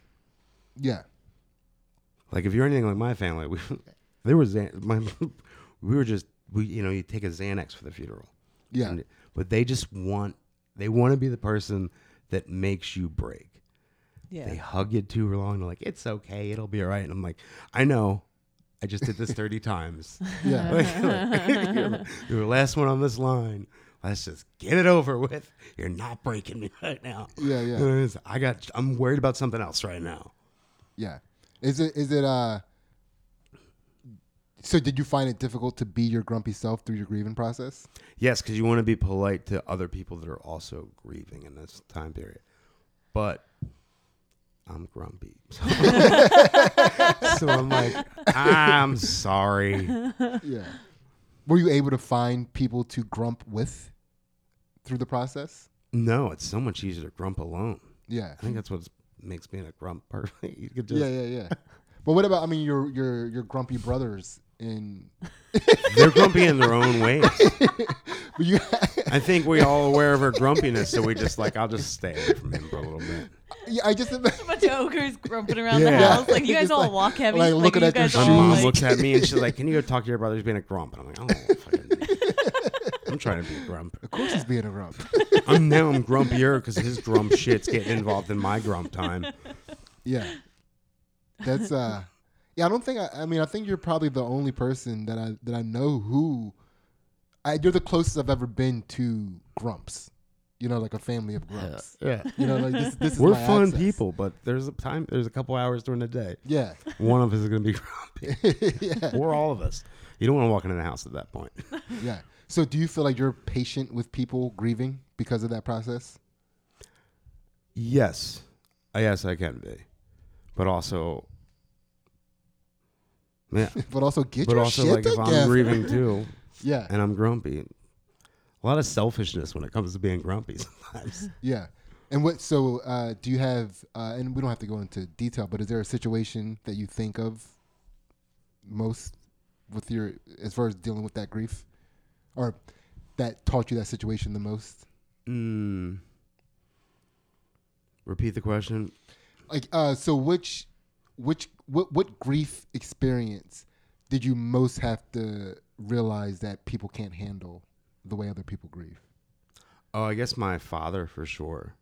Speaker 2: yeah,
Speaker 4: Like if you're anything like my family, we *laughs* there was Xan- my *laughs* we were just we you know you take a Xanax for the funeral.
Speaker 2: Yeah.
Speaker 4: And- but they just want they want to be the person that makes you break. They
Speaker 3: Yeah.
Speaker 4: hug you too long. They're like, it's okay, it'll be all right. And I'm like, I know. I just did this
Speaker 2: *laughs*
Speaker 4: 30 times. *laughs*
Speaker 2: yeah,
Speaker 4: Like, you're the last one on this line. Let's just get it over with. You're not breaking me right now.
Speaker 2: Yeah, yeah.
Speaker 4: You know, it's- I got. I'm worried about something else right now.
Speaker 2: yeah. Is it is it uh? So did you find it difficult to be your grumpy self through your grieving process?
Speaker 4: Yes, because you want to be polite to other people that are also grieving in this time period. But I'm grumpy. *laughs* So, So I'm like, I'm sorry.
Speaker 2: Yeah. Were you able to find people to grump with through the process?
Speaker 4: No, it's so much easier to grump alone.
Speaker 2: Yeah.
Speaker 4: I think that's what makes being a grump perfect. You could just,
Speaker 2: Yeah, yeah, yeah. But what about I mean your your your grumpy brothers in *laughs*
Speaker 4: They're grumpy in their own ways.
Speaker 2: but you *laughs*
Speaker 4: I think we all aware of her grumpiness, so we just like, I'll just stay away from him for a little bit.
Speaker 2: Yeah, I just
Speaker 3: A bunch of ogres grumping around the
Speaker 4: Yeah.
Speaker 3: house.
Speaker 4: *laughs*
Speaker 3: Like you guys
Speaker 2: Just
Speaker 3: all
Speaker 2: like-
Speaker 3: walk heavy.
Speaker 2: like,
Speaker 3: Like,
Speaker 2: looking
Speaker 3: you
Speaker 2: at your
Speaker 3: guys
Speaker 4: My
Speaker 3: all,
Speaker 2: shoes.
Speaker 4: mom
Speaker 3: like-
Speaker 4: looks at me and she's like, "Can you go talk to your brother? He's being a grump." And I'm like, "I don't wanna fucking- I'm trying to be a grump.
Speaker 2: of course he's being a grump.
Speaker 4: I'm now I'm grumpier because his grump shit's getting involved in my grump time.
Speaker 2: Yeah. That's uh yeah, I don't think I, I mean I think you're probably the only person that I that I know who I you're the closest I've ever been to grumps. You know, like a family of grumps.
Speaker 4: Yeah,
Speaker 2: You know, like this, this is
Speaker 4: we're
Speaker 2: my
Speaker 4: fun
Speaker 2: access.
Speaker 4: people, but there's a time. There's a couple hours during the day.
Speaker 2: Yeah. *laughs*
Speaker 4: One of us is gonna be *laughs* grumpy,
Speaker 2: yeah.
Speaker 4: or all of us. You don't want to walk into the house at that point.
Speaker 2: Yeah. So do you feel like you're patient with people grieving because of that process?
Speaker 4: Yes, I- yes, I can be, but also, yeah,
Speaker 2: But also *laughs* get
Speaker 4: but
Speaker 2: your
Speaker 4: also
Speaker 2: shit
Speaker 4: like if
Speaker 2: together. *laughs*
Speaker 4: I'm grieving too.
Speaker 2: yeah.
Speaker 4: and I'm grumpy. A lot of selfishness when it comes to being grumpy *laughs* sometimes.
Speaker 2: Yeah. And what? So, uh, do you have? Uh, and we don't have to go into detail, but is there a situation that you think of most with your, as far as dealing with that grief, or that taught you that situation the most?
Speaker 4: mm. Repeat the question.
Speaker 2: Like, uh, so which, which, what, what grief experience did you most have to realize that people can't handle the way other people grieve?
Speaker 4: Oh, I guess my father for sure.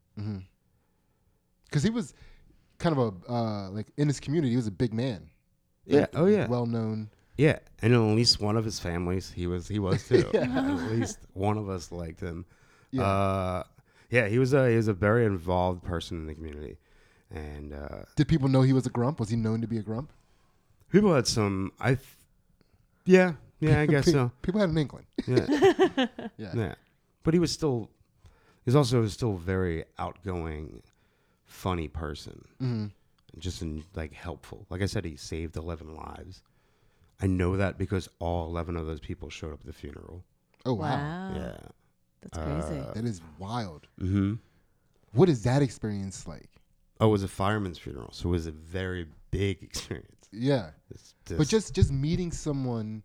Speaker 2: Because he was kind of a uh, like in his community, he was a big man.
Speaker 4: Yeah.
Speaker 2: Like,
Speaker 4: oh yeah.
Speaker 2: Well known.
Speaker 4: yeah. And at least one of his families, he was he was
Speaker 2: *laughs*
Speaker 4: too. At least one of us liked him.
Speaker 2: Yeah.
Speaker 4: Uh, yeah. He was a he was a very involved person in the community, and uh,
Speaker 2: Did people know he was a grump? Was he known to be a grump?
Speaker 4: people had some. I. Th- yeah. Yeah. I
Speaker 2: *laughs*
Speaker 4: guess
Speaker 2: Pe-
Speaker 4: so.
Speaker 2: People had an inkling. *laughs*
Speaker 4: Yeah.
Speaker 2: Yeah.
Speaker 4: Yeah. But he was still he's also still a very outgoing, funny person. Mm-hmm. Just in, like helpful. Like I said, he saved eleven lives. I know that because all eleven of those people showed up at the funeral.
Speaker 2: Oh wow.
Speaker 3: Wow.
Speaker 4: Yeah.
Speaker 3: That's crazy.
Speaker 2: that is wild.
Speaker 4: Mm-hmm.
Speaker 2: What is that experience like?
Speaker 4: Oh, it was a fireman's funeral, so it was a very big *laughs* experience.
Speaker 2: Yeah,
Speaker 4: It's
Speaker 2: but just just meeting someone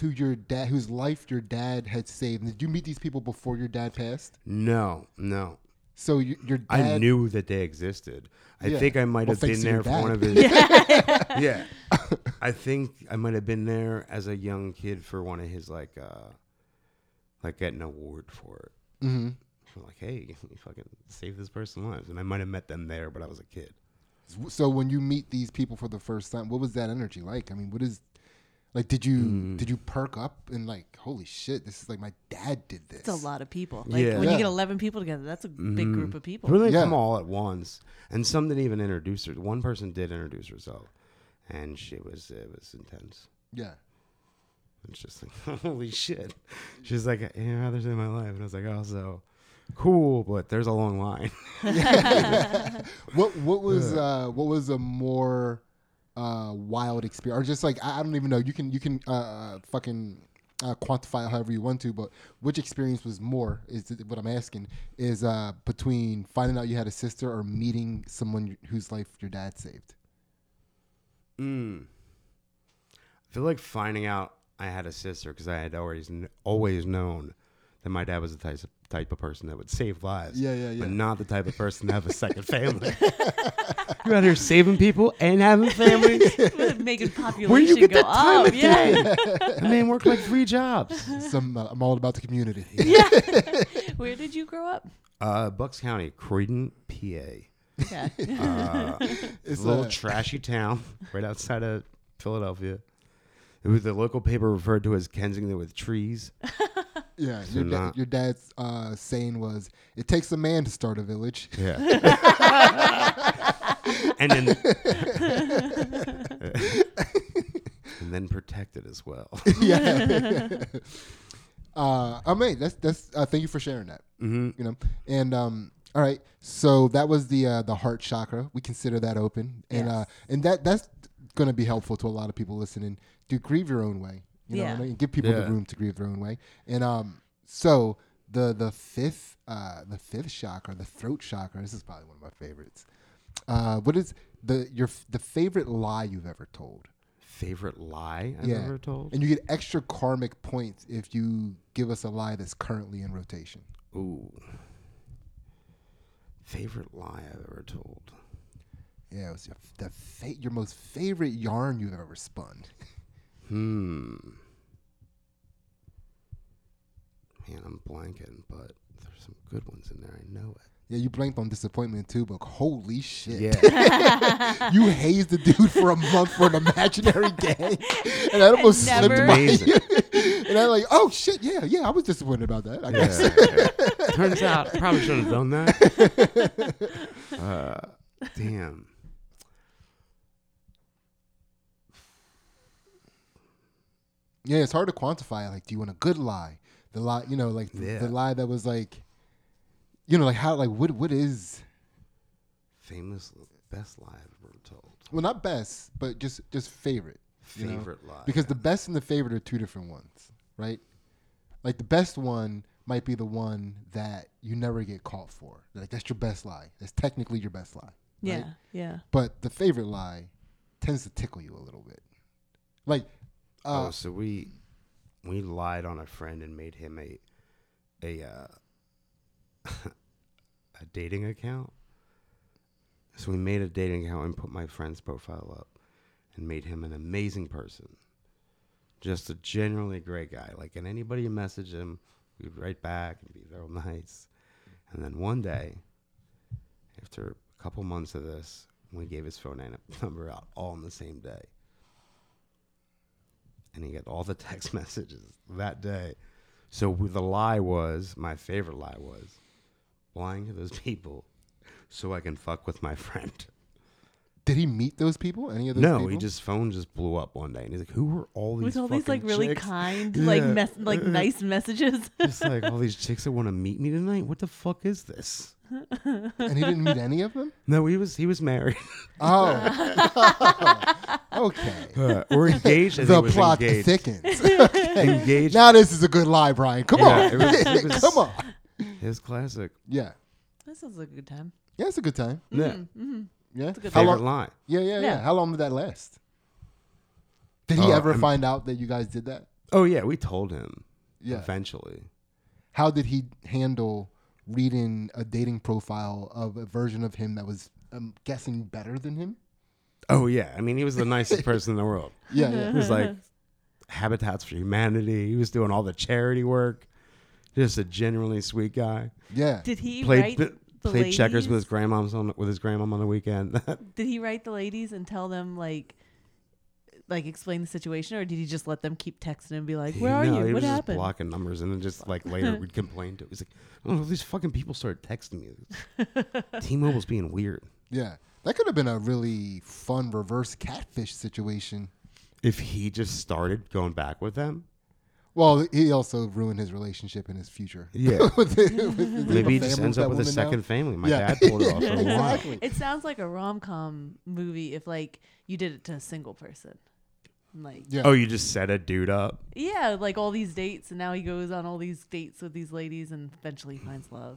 Speaker 2: who your dad, whose life your dad had saved. Did you meet these people before your dad passed?
Speaker 4: no, no.
Speaker 2: So you, your dad,
Speaker 4: I knew that they existed. I
Speaker 2: Yeah.
Speaker 4: think I might
Speaker 2: Well,
Speaker 4: have
Speaker 2: thanks
Speaker 4: been
Speaker 2: to your
Speaker 4: there for
Speaker 2: *laughs*
Speaker 4: one
Speaker 2: dad.
Speaker 4: of his. *laughs*
Speaker 2: *laughs*
Speaker 4: yeah. I think I might have been there as a young kid for one of his like, uh like getting an award for it. Mm-hmm. Like, hey, *laughs* you fucking saved this person's lives, and I might have met them there, but I was a kid.
Speaker 2: So when you meet these people for the first time, what was that energy like? I mean, what is like? Did you
Speaker 4: Mm.
Speaker 2: did you perk up and like, holy shit, this is like my dad did this.
Speaker 3: It's a lot of people. Like
Speaker 4: Yeah. Mm-hmm.
Speaker 3: when
Speaker 2: Yeah.
Speaker 3: you get eleven people together, that's a big group of people.
Speaker 4: Really,
Speaker 2: Yeah.
Speaker 4: come all at once, and some didn't even introduce her. One person did introduce herself, and she was it was intense.
Speaker 2: Yeah.
Speaker 4: It's just like, *laughs* holy shit. She's like, yeah, others in my life. And I was like, oh, so cool, but there's a long line. *laughs*
Speaker 2: What what was uh, what was a more uh, wild experience, or just like I, I don't even know. You can you can uh, fucking uh, quantify it however you want to, but which experience was more is th- what I'm asking. Is uh, between finding out you had a sister or meeting someone whose life your dad saved?
Speaker 4: Mm. I feel like finding out I had a sister because I had always kn- always known that my dad was the type type of person that would save lives.
Speaker 2: Yeah, yeah, yeah.
Speaker 4: But not the type of person to have a second family. You're out here saving people and having families.
Speaker 3: *laughs* Making population
Speaker 4: *laughs* Where you get
Speaker 3: go
Speaker 4: that time
Speaker 3: up. *laughs*
Speaker 4: of
Speaker 3: Yeah.
Speaker 4: day? *laughs* I mean, work like three jobs.
Speaker 2: Some uh, I'm all about the community.
Speaker 4: *laughs*
Speaker 3: Where did you grow up?
Speaker 4: Uh, Bucks County, Croydon, PA.
Speaker 3: Yeah.
Speaker 2: *laughs* It's
Speaker 4: little
Speaker 2: uh,
Speaker 4: trashy town *laughs* right outside of Philadelphia. It was the local paper referred to as Kensington with trees.
Speaker 2: *laughs* yeah. Your, da-
Speaker 4: not-
Speaker 2: your dad's uh, saying was, "It takes a man to start a village." *laughs*
Speaker 4: Yeah. *laughs* and then and then protected as
Speaker 2: *laughs*
Speaker 4: well.
Speaker 2: yeah. *laughs* uh, I mean, that's that's. Uh, thank you for sharing that. Mm-hmm. You know, and um, all right. So that was the uh, the heart chakra. We consider that open, and uh, and that that's going to be helpful to a lot of people listening to grieve your own way. You know, what I
Speaker 3: Yeah.
Speaker 2: mean? and give people the
Speaker 4: Yeah.
Speaker 2: room to grieve their own way. And um, so the the fifth uh the fifth chakra, the throat chakra. This is probably one of my favorites. Uh, what is the your f- the favorite lie you've ever told?
Speaker 4: Favorite lie I've
Speaker 2: Yeah.
Speaker 4: ever told.
Speaker 2: And you get extra karmic points if you give us a lie that's currently in rotation.
Speaker 4: Ooh. Favorite lie I've ever told.
Speaker 2: Yeah, it was your the fa- your most favorite yarn you've ever spun. *laughs*
Speaker 4: Hmm. Man, I'm blanking, but there's some good ones in there. I know it.
Speaker 2: Yeah, you blanked on disappointment too, but holy shit. *laughs*
Speaker 4: Yeah.
Speaker 2: You hazed the dude for a month
Speaker 4: *laughs*
Speaker 2: for an imaginary day. And that almost
Speaker 3: never-
Speaker 2: slipped by *laughs* you. and I'm like, oh shit, yeah, yeah, I was disappointed about that. I guess.
Speaker 4: Yeah. Turns out, I probably should have done that.
Speaker 2: *laughs*
Speaker 4: uh, damn.
Speaker 2: Yeah, it's hard to quantify. Like, do you want a good lie? The lie, you know, like the,
Speaker 4: Yeah.
Speaker 2: the lie that was like, you know, like how, like what, what is
Speaker 4: Famous best lie I've ever told.
Speaker 2: Well, not best, but just just favorite. you know?
Speaker 4: Favorite lie.
Speaker 2: Because the best and the favorite are two different ones, right? Like the best one might be the one that you never get caught for. Like that's your best lie. That's technically your best lie.
Speaker 3: Yeah.
Speaker 2: right?
Speaker 3: Yeah.
Speaker 2: But the favorite lie tends to tickle you a little bit. Like uh,
Speaker 4: oh, so we we lied on a friend and made him a a uh, *laughs* a dating account. So we made a dating account and put my friend's profile up and made him an amazing person. Just a genuinely great guy. Like and anybody who messaged him, we'd write back and be real *laughs* nice. And then one day, after a couple months of this, we gave his phone and *laughs* number out all on the same day and he got all the *laughs* text messages that day. So w- the lie was my favorite lie was lying to those *laughs* people so I can fuck with
Speaker 2: *laughs*
Speaker 4: my friend.
Speaker 2: did he meet those people? Any of those
Speaker 4: no,
Speaker 2: people?
Speaker 4: he just phone just blew up one day, and he's like, "Who were all these
Speaker 3: With all these like
Speaker 4: fucking
Speaker 3: really
Speaker 4: chicks?
Speaker 3: kind,
Speaker 4: Yeah.
Speaker 3: like mess
Speaker 4: *laughs*
Speaker 3: like nice messages. *laughs*
Speaker 4: Just like all these chicks that want to meet me tonight. What the fuck is this?
Speaker 2: and he didn't meet any of
Speaker 4: *laughs*
Speaker 2: them?
Speaker 4: No, he was he
Speaker 2: *laughs*
Speaker 4: was married
Speaker 2: Oh.
Speaker 4: *laughs*
Speaker 2: okay.
Speaker 4: or *laughs* engaged. I think
Speaker 2: Uh, The
Speaker 4: he was
Speaker 2: plot
Speaker 4: engaged.
Speaker 2: thickens.
Speaker 4: Engaged.
Speaker 2: now this is a good lie, Brian. Come
Speaker 4: Yeah,
Speaker 2: on.
Speaker 4: it was-
Speaker 2: *laughs*
Speaker 4: it was-
Speaker 2: Come on.
Speaker 4: His classic.
Speaker 2: Yeah.
Speaker 3: that sounds like a good time.
Speaker 2: Yeah, it's a good time.
Speaker 3: Mm-hmm.
Speaker 4: Yeah.
Speaker 2: Yeah.
Speaker 3: a good
Speaker 2: How
Speaker 4: Favorite
Speaker 2: long,
Speaker 4: lie.
Speaker 2: yeah, yeah, yeah,
Speaker 3: Yeah.
Speaker 2: How long did that last? Did he
Speaker 4: Uh,
Speaker 2: ever
Speaker 4: I'm-
Speaker 2: find out that you guys did that?
Speaker 4: Oh yeah, we told him.
Speaker 2: Yeah.
Speaker 4: Eventually.
Speaker 2: How did he handle reading a dating profile of a version of him that was, I'm guessing, better than him?
Speaker 4: Oh yeah, I mean he was the
Speaker 3: *laughs*
Speaker 4: nicest person in the world.
Speaker 2: Yeah, yeah.
Speaker 4: He was like Habitats for Humanity. He was doing all the charity work. Just a genuinely sweet guy.
Speaker 2: Yeah.
Speaker 3: Did he
Speaker 4: Played
Speaker 3: write
Speaker 4: bi-
Speaker 3: the
Speaker 4: played
Speaker 3: ladies?
Speaker 4: checkers with his grandmom's on with his grandmom on the weekend. *laughs*
Speaker 3: Did he write the ladies and tell them like like explain the situation or did he just let them keep texting and be like, Where are
Speaker 4: No, He
Speaker 3: you?
Speaker 4: was
Speaker 3: What
Speaker 4: just
Speaker 3: happened?
Speaker 4: blocking numbers, and then just like later we'd complain to. It was like, oh, these fucking people started texting me.
Speaker 3: *laughs*
Speaker 4: T-Mobile's being weird.
Speaker 2: Yeah. That could have been a really fun reverse catfish situation.
Speaker 4: if he just started going back with them,
Speaker 2: Well, he also ruined his relationship and his future.
Speaker 4: Yeah.
Speaker 2: *laughs* With the- with the-
Speaker 4: *laughs* maybe he
Speaker 2: the
Speaker 4: just
Speaker 2: family
Speaker 4: ends
Speaker 2: that
Speaker 4: up with a
Speaker 2: woman now.
Speaker 4: second family. My
Speaker 2: Yeah.
Speaker 4: dad pulled
Speaker 2: *laughs*
Speaker 4: it off for a while. *laughs*
Speaker 2: Exactly.
Speaker 3: It sounds like a rom com movie if like you did it to a single person. Like
Speaker 2: Yeah.
Speaker 4: Oh, you just set a dude up.
Speaker 3: yeah, like all these dates, and now he goes on all these dates with these ladies, and eventually he finds love.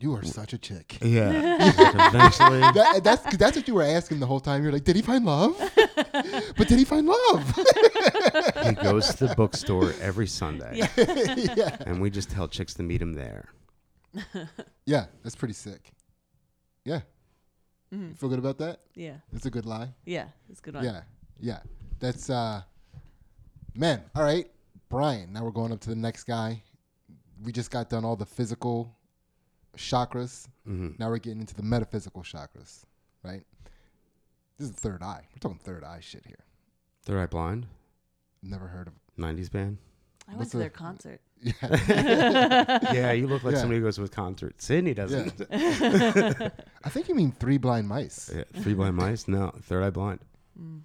Speaker 2: You are such a chick.
Speaker 4: Yeah. *laughs* Eventually,
Speaker 2: That, that's that's what you were asking the whole time. You're like, did he find love? but did he find love? *laughs*
Speaker 4: *laughs* he goes to the bookstore every Sunday,
Speaker 3: Yeah.
Speaker 2: yeah.
Speaker 4: and we just tell chicks to meet him there.
Speaker 2: Yeah, that's pretty sick. Yeah. You feel good about that?
Speaker 3: Yeah,
Speaker 2: That's a good lie.
Speaker 3: yeah, it's a good one.
Speaker 2: Yeah. Yeah. That's uh man. All right. Brian, now we're going up to the next guy. We just got done all the physical chakras.
Speaker 4: Mm-hmm.
Speaker 2: Now we're getting into the metaphysical chakras, right? This is third eye. We're talking third eye shit here.
Speaker 4: Third Eye Blind,
Speaker 2: Never heard of.
Speaker 4: '90s band.
Speaker 3: I went
Speaker 2: What's
Speaker 3: to
Speaker 2: the-
Speaker 3: their concert.
Speaker 4: Yeah, you look like
Speaker 2: Yeah.
Speaker 4: somebody who goes to a concert. Sydney *laughs* doesn't.
Speaker 2: *laughs* I think you mean three blind mice.
Speaker 4: *laughs* Yeah, Three Blind Mice? No, Third Eye Blind.
Speaker 2: Mm.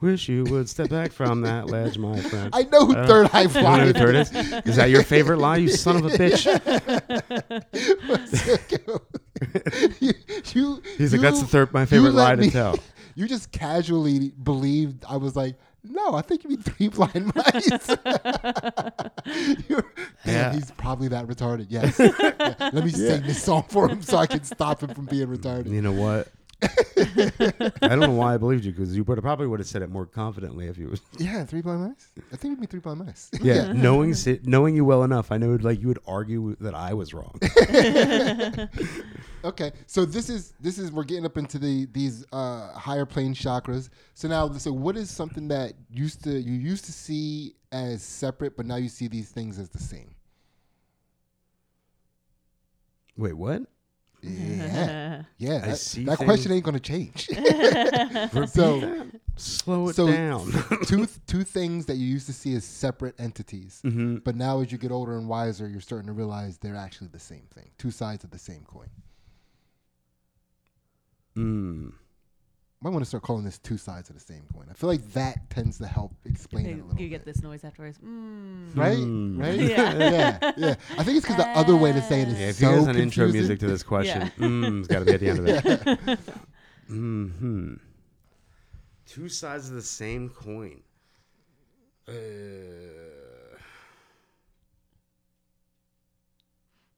Speaker 4: Wish you would step back from that ledge, my friend.
Speaker 2: I know who third eye
Speaker 4: You wanna
Speaker 2: *laughs*
Speaker 4: know
Speaker 2: blind
Speaker 4: who Third is? Is that your favorite lie, you son of a bitch?
Speaker 2: *laughs* you, you,
Speaker 4: He's like, that's the
Speaker 2: you-
Speaker 4: third, my
Speaker 2: you
Speaker 4: favorite
Speaker 2: let
Speaker 4: lie to
Speaker 2: me- *laughs*
Speaker 4: tell.
Speaker 2: You just casually believed I was like, no, I think you mean three *laughs* blind mice. You're,
Speaker 4: Yeah.
Speaker 2: Damn, he's probably that retarded.
Speaker 4: *laughs*
Speaker 2: Yes. Yeah, Let me sing this song for him so I can stop him from being retarded.
Speaker 4: You
Speaker 2: *laughs*
Speaker 4: know what? I don't know why I believed you because you would probably would have said it more confidently if you was.
Speaker 2: Yeah, three blind mice. I think we mean three blind mice. *laughs*
Speaker 4: Yeah, *laughs* knowing si- knowing you well enough, I know like you would argue that I was
Speaker 2: *laughs*
Speaker 4: wrong.
Speaker 2: Okay, so this is this is we're getting up into the these uh, higher plane chakras. So now, so what is something that used to you used to see as separate, but now you see these things as the same?
Speaker 4: Wait, what?
Speaker 2: *laughs* *laughs*
Speaker 3: *laughs*
Speaker 2: Yeah, yeah.
Speaker 4: I
Speaker 2: that
Speaker 4: see
Speaker 2: that
Speaker 4: things-
Speaker 2: question ain't gonna *laughs* change. so,
Speaker 4: Slow it
Speaker 2: so *laughs*
Speaker 4: down.
Speaker 2: two two things that you used to see as separate entities,
Speaker 4: Mm-hmm.
Speaker 2: but now as you get older and wiser, you're starting to realize they're actually the same thing, two sides of the same coin.
Speaker 4: mm.
Speaker 2: Might want to start calling this two sides of the same coin. I feel like that tends to help explain it a
Speaker 3: You,
Speaker 2: little
Speaker 3: you
Speaker 2: bit.
Speaker 3: get this noise afterwards. Mm.
Speaker 2: right?
Speaker 3: *laughs*
Speaker 4: Mm.
Speaker 2: Right?
Speaker 3: Yeah.
Speaker 2: Yeah. yeah, I think it's because the other way to say it is
Speaker 4: Yeah, if
Speaker 2: so
Speaker 4: you guys an intro
Speaker 2: confusing.
Speaker 4: music to this *laughs* question,
Speaker 3: Yeah.
Speaker 4: mm, it's got to be at the end of it. *laughs* hmm Two sides of the same coin. Uh,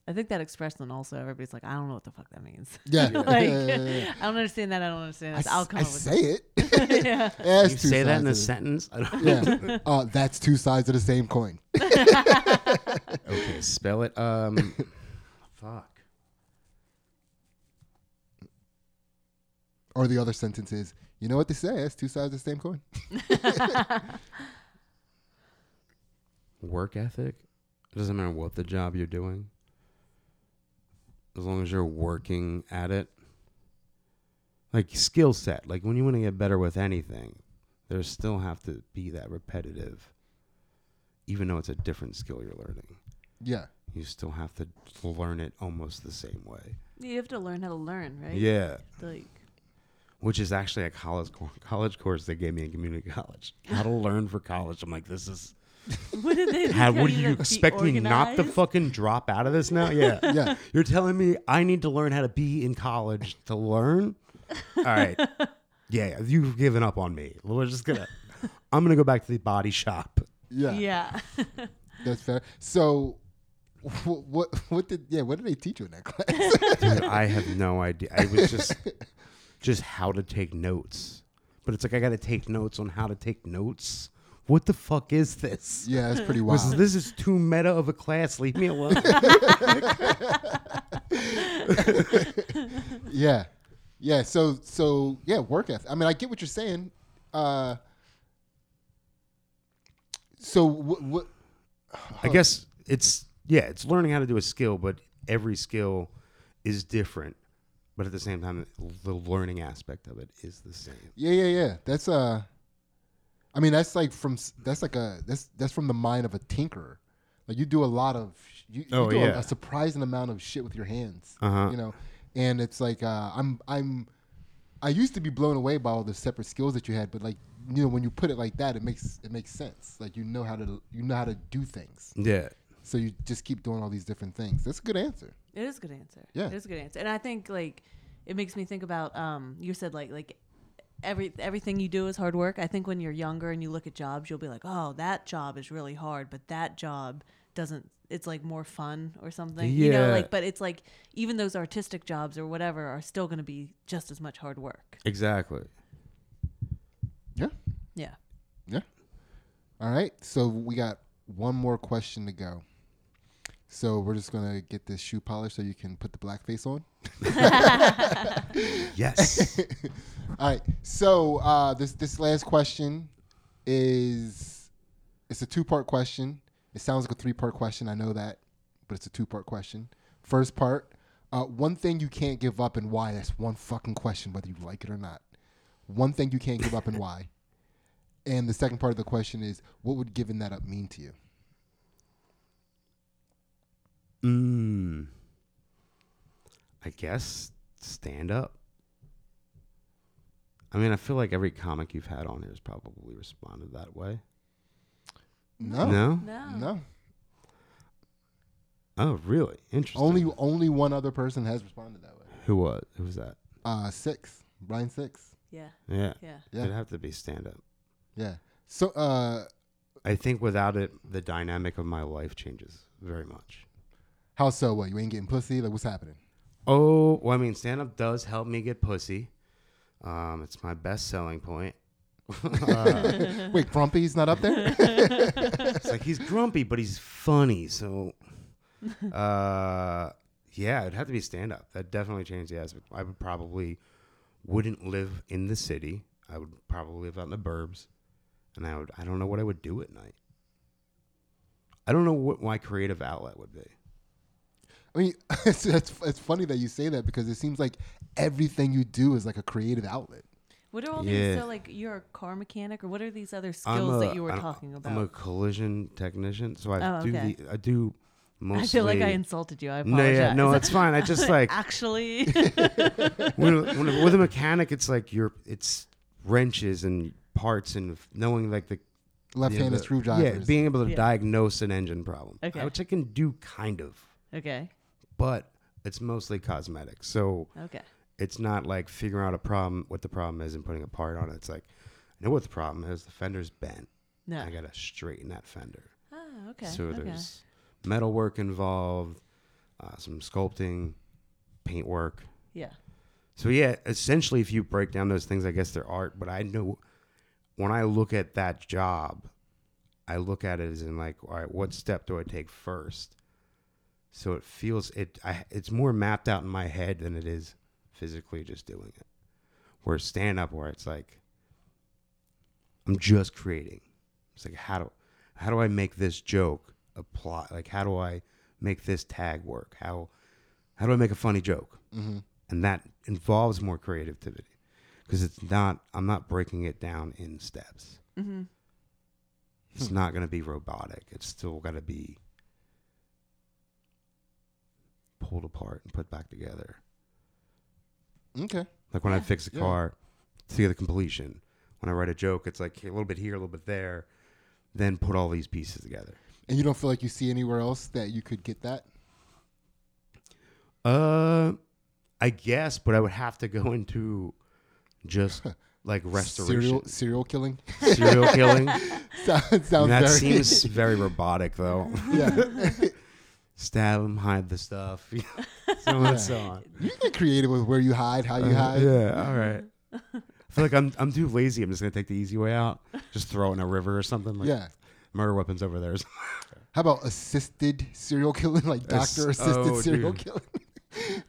Speaker 3: I think that expression also everybody's like, I don't know what the fuck that means. *laughs*
Speaker 2: Yeah,
Speaker 3: like,
Speaker 2: yeah, yeah,
Speaker 3: *laughs*
Speaker 2: yeah, yeah.
Speaker 3: I don't understand that. I don't understand
Speaker 2: I,
Speaker 3: that. I'll
Speaker 2: s-
Speaker 3: come
Speaker 2: I
Speaker 3: up with
Speaker 2: say it. *laughs*
Speaker 3: it. *laughs* yeah.
Speaker 2: Yeah, it's
Speaker 4: you
Speaker 2: two
Speaker 4: say that in a
Speaker 2: sides
Speaker 4: sentence? I
Speaker 2: *laughs*
Speaker 4: don't
Speaker 2: of
Speaker 3: *laughs*
Speaker 2: the- Yeah. Uh, that's two sides of the same coin.
Speaker 4: Okay, spell it.
Speaker 2: *laughs*
Speaker 4: Um, fuck.
Speaker 2: Or the other sentence is, you know what they say? It's two sides of the same coin.
Speaker 4: Work ethic. It doesn't matter what the job you're doing, as long as you're working at it. Like skill set. Like when you want to get better with anything, there still have to be that repetitive. Even though it's a different skill you're learning,
Speaker 2: Yeah.
Speaker 4: you still have to learn it almost the same way.
Speaker 3: You have to learn how to learn, right?
Speaker 4: Yeah.
Speaker 3: Like, *laughs*
Speaker 4: which is actually a college co- *laughs* college course they gave me in community
Speaker 3: *laughs*
Speaker 4: college. How to learn for college? I'm like, this is.
Speaker 3: what did they
Speaker 4: *laughs* How
Speaker 3: tell
Speaker 4: would you
Speaker 3: to be
Speaker 4: expect me not to *laughs*
Speaker 3: organized?
Speaker 4: fucking drop out of this now?
Speaker 3: *laughs*
Speaker 4: Yeah,
Speaker 2: Yeah.
Speaker 4: You're telling me I need to learn how to be in college to learn? All right. Yeah, you've given up on me. We're just gonna. I'm gonna go back to the body shop.
Speaker 2: Yeah.
Speaker 3: Yeah. *laughs*
Speaker 2: That's fair. So, *laughs* wh- what what did yeah what did they teach you in that
Speaker 3: *laughs*
Speaker 2: class?
Speaker 4: Dude, I have no idea. I was just, just how to take notes. But it's like I got to take notes on how to take notes. What the fuck is this?
Speaker 2: yeah, that's pretty
Speaker 4: This is,
Speaker 2: wild.
Speaker 4: this is too meta of a class. Leave me alone.
Speaker 2: Yeah, yeah. So so yeah, work ethic. I mean, I get what you're saying. Uh, so what what
Speaker 4: I guess it's yeah, it's learning how to do a skill, but every skill is different. But at the same time, the learning aspect of it is the same.
Speaker 2: Yeah, yeah, yeah. That's uh I mean that's like from s- that's like a that's that's from the mind of a tinkerer. Like you do a lot of sh- you, you
Speaker 4: Oh,
Speaker 2: do a-
Speaker 4: yeah.
Speaker 2: a, surprising amount of shit with your hands.
Speaker 4: Uh-huh.
Speaker 2: You know, and it's like uh I'm I'm I used to be blown away by all the separate skills that you had, but like you know, when you put it like that, it makes it makes sense. Like you know how to you know how to do things,
Speaker 4: Yeah.
Speaker 2: so you just keep doing all these different things. That's a good answer.
Speaker 3: It is a good answer.
Speaker 2: Yeah.
Speaker 3: It is a good answer. And I think like it makes me think about um you said like like every everything you do is hard work. I think when you're younger and you look at jobs, you'll be like, "Oh, that job is really hard, but that job doesn't it's like more fun or something." You know,
Speaker 4: Yeah.
Speaker 3: like but it's like even those artistic jobs or whatever are still going to be just as much hard work.
Speaker 4: Exactly.
Speaker 2: Yeah,
Speaker 3: Yeah.
Speaker 2: yeah. All right, so we got one more question to go. So we're just gonna get this shoe polish so you can put the black face on. *laughs*
Speaker 4: Yes.
Speaker 2: All right. So uh, this this last question is it's a two part question. It sounds like a three part question. I know that, but it's a two part question. First part: uh, one thing you can't give up and why. That's one fucking question, whether you like it or not. One thing you can't give up and why. And the second part of the question is: what would giving that up mean to you?
Speaker 4: mm. I guess stand up. I mean, I feel like every comic you've had on here has probably responded that way.
Speaker 2: No, no.
Speaker 4: No?
Speaker 3: No.
Speaker 4: Oh, really? Interesting.
Speaker 2: Only only one other person has responded that way.
Speaker 4: who was who was that?
Speaker 2: Uh, six. Brian Six.
Speaker 3: Yeah.
Speaker 4: Yeah.
Speaker 3: Yeah.
Speaker 2: Yeah.
Speaker 4: It'd have to be stand up.
Speaker 2: Yeah. So uh,
Speaker 4: I think without it, the dynamic of my life changes very much.
Speaker 2: how so? What you ain't getting pussy? Like what's happening?
Speaker 4: Oh, well, I mean, stand up does help me get pussy. Um, it's my best selling point.
Speaker 2: Wait, Grumpy's not up there?
Speaker 4: It's like he's grumpy, but he's funny. So, uh, yeah, it'd have to be stand up. That definitely changed the aspect. I would probably wouldn't live in the city. I would probably live out in the burbs, and I would. I don't know what I would do at night. I don't know what my creative outlet would be.
Speaker 2: I mean, *laughs* it's, it's, it's funny that you say that because it seems like everything you do is like a creative outlet.
Speaker 3: What are all
Speaker 4: Yeah.
Speaker 3: these so like you're a car mechanic or what are these other
Speaker 4: I'm
Speaker 3: skills
Speaker 4: a-
Speaker 3: that you were
Speaker 4: I'm-
Speaker 3: talking about?
Speaker 4: I'm a collision technician, so I
Speaker 3: Oh,
Speaker 4: do
Speaker 3: okay.
Speaker 4: the I do
Speaker 3: *laughs*
Speaker 4: mostly.
Speaker 3: I feel like I insulted you. I
Speaker 4: no,
Speaker 3: apologize.
Speaker 4: yeah, no, it's fine.
Speaker 3: *laughs*
Speaker 4: I just like *laughs*
Speaker 3: Actually, *laughs*
Speaker 4: when, when, with a mechanic, it's like you're it's wrenches and parts and f- knowing like the
Speaker 2: Left handed
Speaker 4: the-
Speaker 2: screwdrivers.
Speaker 4: Yeah, being able to
Speaker 3: Yeah.
Speaker 4: diagnose an engine problem,
Speaker 3: Okay.
Speaker 4: which I can do kind of,
Speaker 3: okay,
Speaker 4: but it's mostly cosmetic. So
Speaker 3: okay.
Speaker 4: it's not like figuring out a problem, what the problem is, and putting a part on it. It's like I know what the problem is. The fender's bent.
Speaker 3: No.
Speaker 4: I gotta straighten that fender.
Speaker 3: Oh, okay.
Speaker 4: So
Speaker 3: okay.
Speaker 4: there's metal work involved, uh, some sculpting, paint work.
Speaker 3: yeah.
Speaker 4: So yeah, essentially, if you break down those things, I guess they're art. But I know when I look at that job, I look at it as in like, all right, what step do I take first? So it feels it. I, it's more mapped out in my head than it is physically just doing it. Where stand up, where it's like, I'm just creating. It's like how do how do I make this joke apply? Like how do I make this tag work? How how do I make a funny joke? Mm-hmm. And that involves more creativity because it's not I'm not breaking it down in steps. Mm-hmm. It's not going to be robotic. It's still got to be pulled apart and put back together.
Speaker 2: okay.
Speaker 4: Like when I fix a
Speaker 2: yeah.
Speaker 4: car to get the completion. When I write a joke, it's like a little bit here, a little bit there, then put all these pieces together.
Speaker 2: And you don't feel like you see anywhere else that you could get that?
Speaker 4: Uh, I guess, but I would have to go *laughs* into just
Speaker 2: *laughs*
Speaker 4: like restoration,
Speaker 2: Serial, serial killing? *laughs*
Speaker 4: serial, killing.
Speaker 2: sounds sounds
Speaker 4: that
Speaker 2: very.
Speaker 4: seems *laughs* very robotic, though.
Speaker 2: *laughs* yeah.
Speaker 4: Stab him, hide the stuff. *laughs* so on and so on. Uh,
Speaker 2: You get creative with where you hide, how you hide.
Speaker 4: Uh-huh. Yeah, all right. I feel like I'm I'm too lazy. I'm just gonna take the easy way out. Just throw it in a river or something. Like
Speaker 2: Yeah.
Speaker 4: murder weapons over there.
Speaker 2: How about assisted serial killing, like
Speaker 4: Ass-
Speaker 2: doctor assisted
Speaker 4: oh,
Speaker 2: serial
Speaker 4: dude.
Speaker 2: killing?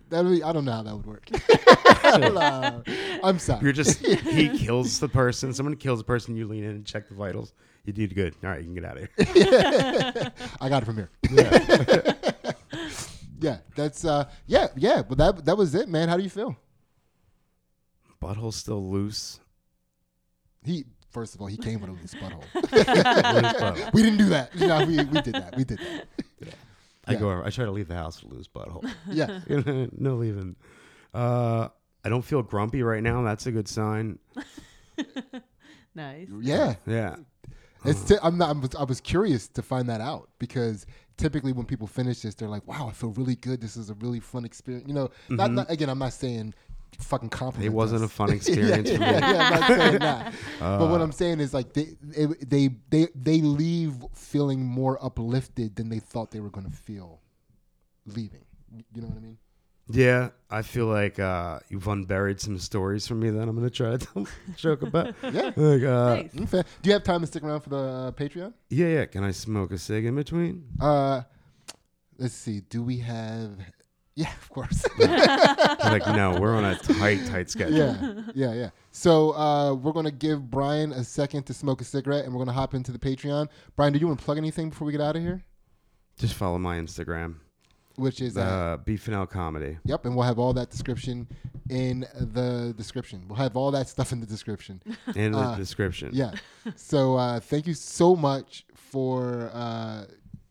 Speaker 2: *laughs* that would be, I don't know how that would
Speaker 4: *laughs*
Speaker 2: work. *laughs* I don't know how- I'm sorry.
Speaker 4: *laughs* You're
Speaker 2: *laughs*
Speaker 4: just he kills the person. Someone kills the person. You lean in and check the vitals. You did good. All right, you can get out of here. *laughs*
Speaker 2: I got it from here. *laughs* yeah, that's uh, yeah, yeah. But that that was it, man. How do you feel?
Speaker 4: Butthole's still loose.
Speaker 2: He first of all, he came with a loose butthole.
Speaker 4: Loose butthole.
Speaker 2: we didn't do that. No, we, we did that. We did that.
Speaker 4: I
Speaker 2: Yeah.
Speaker 4: *laughs* go. I try to leave the house with loose butthole.
Speaker 2: Yeah,
Speaker 4: no leaving. Uh, I don't feel grumpy right now. That's a good sign.
Speaker 3: Nice.
Speaker 2: Yeah,
Speaker 4: Yeah.
Speaker 2: it's. T- I'm not. I'm, I was curious to find that out because typically when people finish this, they're like, "Wow, I feel really good. This is a really fun experience." You know, not, not- again. I'm not saying fucking compliment.
Speaker 4: Mm-hmm. It wasn't a
Speaker 2: us.
Speaker 4: fun experience
Speaker 2: *laughs* yeah,
Speaker 4: for me. Uh.
Speaker 2: yeah, yeah, I'm not saying
Speaker 4: *laughs*
Speaker 2: that. but what I'm saying is like they it, they they they leave feeling more uplifted than they thought they were going to feel leaving. You know what I mean?
Speaker 4: Yeah, I feel like uh, you've unburied some stories from me that I'm gonna try to *laughs* tell joke about.
Speaker 2: Yeah.
Speaker 4: Like, uh,
Speaker 3: Nice.
Speaker 2: I'm fa- Do you have time to stick around for the uh, Patreon?
Speaker 4: yeah, yeah. Can I smoke a cig in between?
Speaker 2: Uh, let's see. Do we have? Yeah, of course.
Speaker 4: like, no, we're on a tight,
Speaker 2: *laughs*
Speaker 4: tight schedule.
Speaker 2: yeah, yeah, yeah. So uh, we're gonna give Brian a second to smoke a cigarette, and we're gonna hop into the Patreon. Brian, do you want to plug anything before we get out of here?
Speaker 4: Just follow my Instagram,
Speaker 2: Which is uh,
Speaker 4: uh, Beef and L Comedy.
Speaker 2: yep, and we'll have all that description in the description. We'll have all that stuff in the
Speaker 4: *laughs*
Speaker 2: description.
Speaker 4: In the description.
Speaker 2: Uh, Yeah. So uh, thank you so much for uh,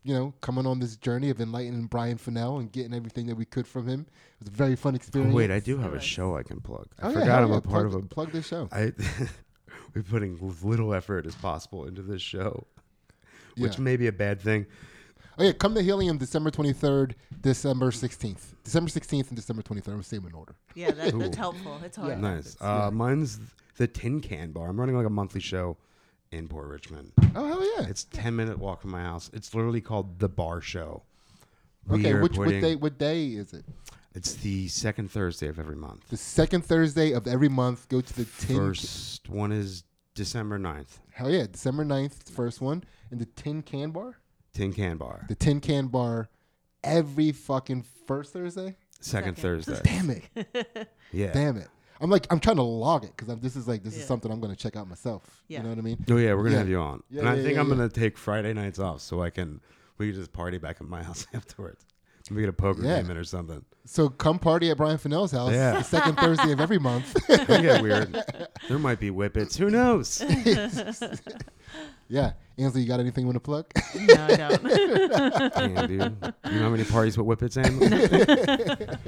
Speaker 2: you know coming on this journey of enlightening Brian Fennell and getting everything that we could from him. It was a very fun
Speaker 4: Oh,
Speaker 2: experience.
Speaker 4: wait, I do have a
Speaker 3: Nice.
Speaker 4: show I can plug. I
Speaker 2: Oh, yeah,
Speaker 4: forgot
Speaker 2: hell
Speaker 4: I'm
Speaker 2: yeah.
Speaker 4: a part
Speaker 2: plug,
Speaker 4: of a.
Speaker 2: plug this show.
Speaker 4: I *laughs* we're putting as little effort as possible into this show, which
Speaker 2: Yeah.
Speaker 4: may be a bad thing.
Speaker 2: Oh yeah, come to Helium December twenty third, December sixteenth, December sixteenth, and December twenty third. I'm saying them in order.
Speaker 3: Yeah, that, that's
Speaker 4: Ooh.
Speaker 3: helpful. Oh, It's hard.
Speaker 4: Nice. Uh, mine's the Tin Can Bar. I'm running like a monthly show in Port Richmond.
Speaker 2: Oh hell yeah!
Speaker 4: It's ten minute walk from my house. It's literally called the Bar Show. We
Speaker 2: okay,
Speaker 4: are
Speaker 2: which what
Speaker 4: putting-
Speaker 2: day? What day is it?
Speaker 4: It's the second Thursday of every month.
Speaker 2: The second Thursday of every month. Go to the tin.
Speaker 4: First one is December 9th.
Speaker 2: Hell yeah, December 9th, first one, and the Tin Can Bar.
Speaker 4: Tin Can Bar.
Speaker 2: The Tin Can Bar, every fucking first Thursday.
Speaker 3: Second.
Speaker 4: Second, Thursday.
Speaker 2: Damn it! *laughs*
Speaker 4: Yeah.
Speaker 2: Damn it! I'm like I'm trying to log it because this is like this is
Speaker 3: Yeah.
Speaker 2: something I'm gonna check out myself.
Speaker 3: Yeah.
Speaker 2: You know what I mean?
Speaker 4: Oh yeah, we're gonna
Speaker 2: Yeah.
Speaker 4: have you on,
Speaker 2: Yeah,
Speaker 4: and I
Speaker 2: yeah,
Speaker 4: think
Speaker 2: yeah,
Speaker 4: I'm
Speaker 2: yeah.
Speaker 4: gonna take Friday nights off so I can we can just party back at my *laughs* house afterwards. We get a poker
Speaker 2: Yeah.
Speaker 4: game in or something.
Speaker 2: So come party at Brian Fennell's house.
Speaker 4: Yeah.
Speaker 2: The second Thursday of every
Speaker 4: *laughs*
Speaker 2: month. *laughs*
Speaker 4: It'll get weird. There might be whippets. Who
Speaker 2: *laughs*
Speaker 4: knows?
Speaker 2: yeah, Ansley, you got anything you want to plug?
Speaker 3: No, I don't.
Speaker 4: Damn, dude. You know how many parties with
Speaker 2: *laughs*
Speaker 4: whippets and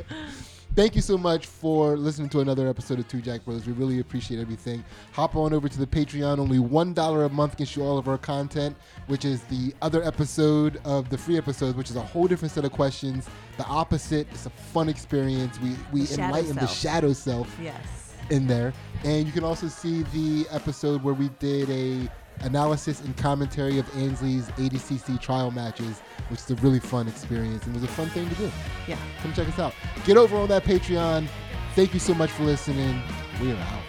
Speaker 2: Thank you so much for listening to another episode of Two Jack Brothers. We really appreciate everything. Hop on over to the Patreon. Only $1 a month gets you all of our content, which is the other episode of the free episodes, which is a whole different set of questions. The opposite. It's a fun experience. We, we
Speaker 3: The shadow
Speaker 2: enlighten the
Speaker 3: self.
Speaker 2: shadow self
Speaker 3: *laughs* yes.
Speaker 2: in there. And you can also see the episode where we did a analysis and commentary of Ansley's ADCC trial matches, which is a really fun experience and was a fun thing to do
Speaker 3: Yeah.
Speaker 2: come check us out. Get over on that Patreon. Thank you so much for listening. We are out.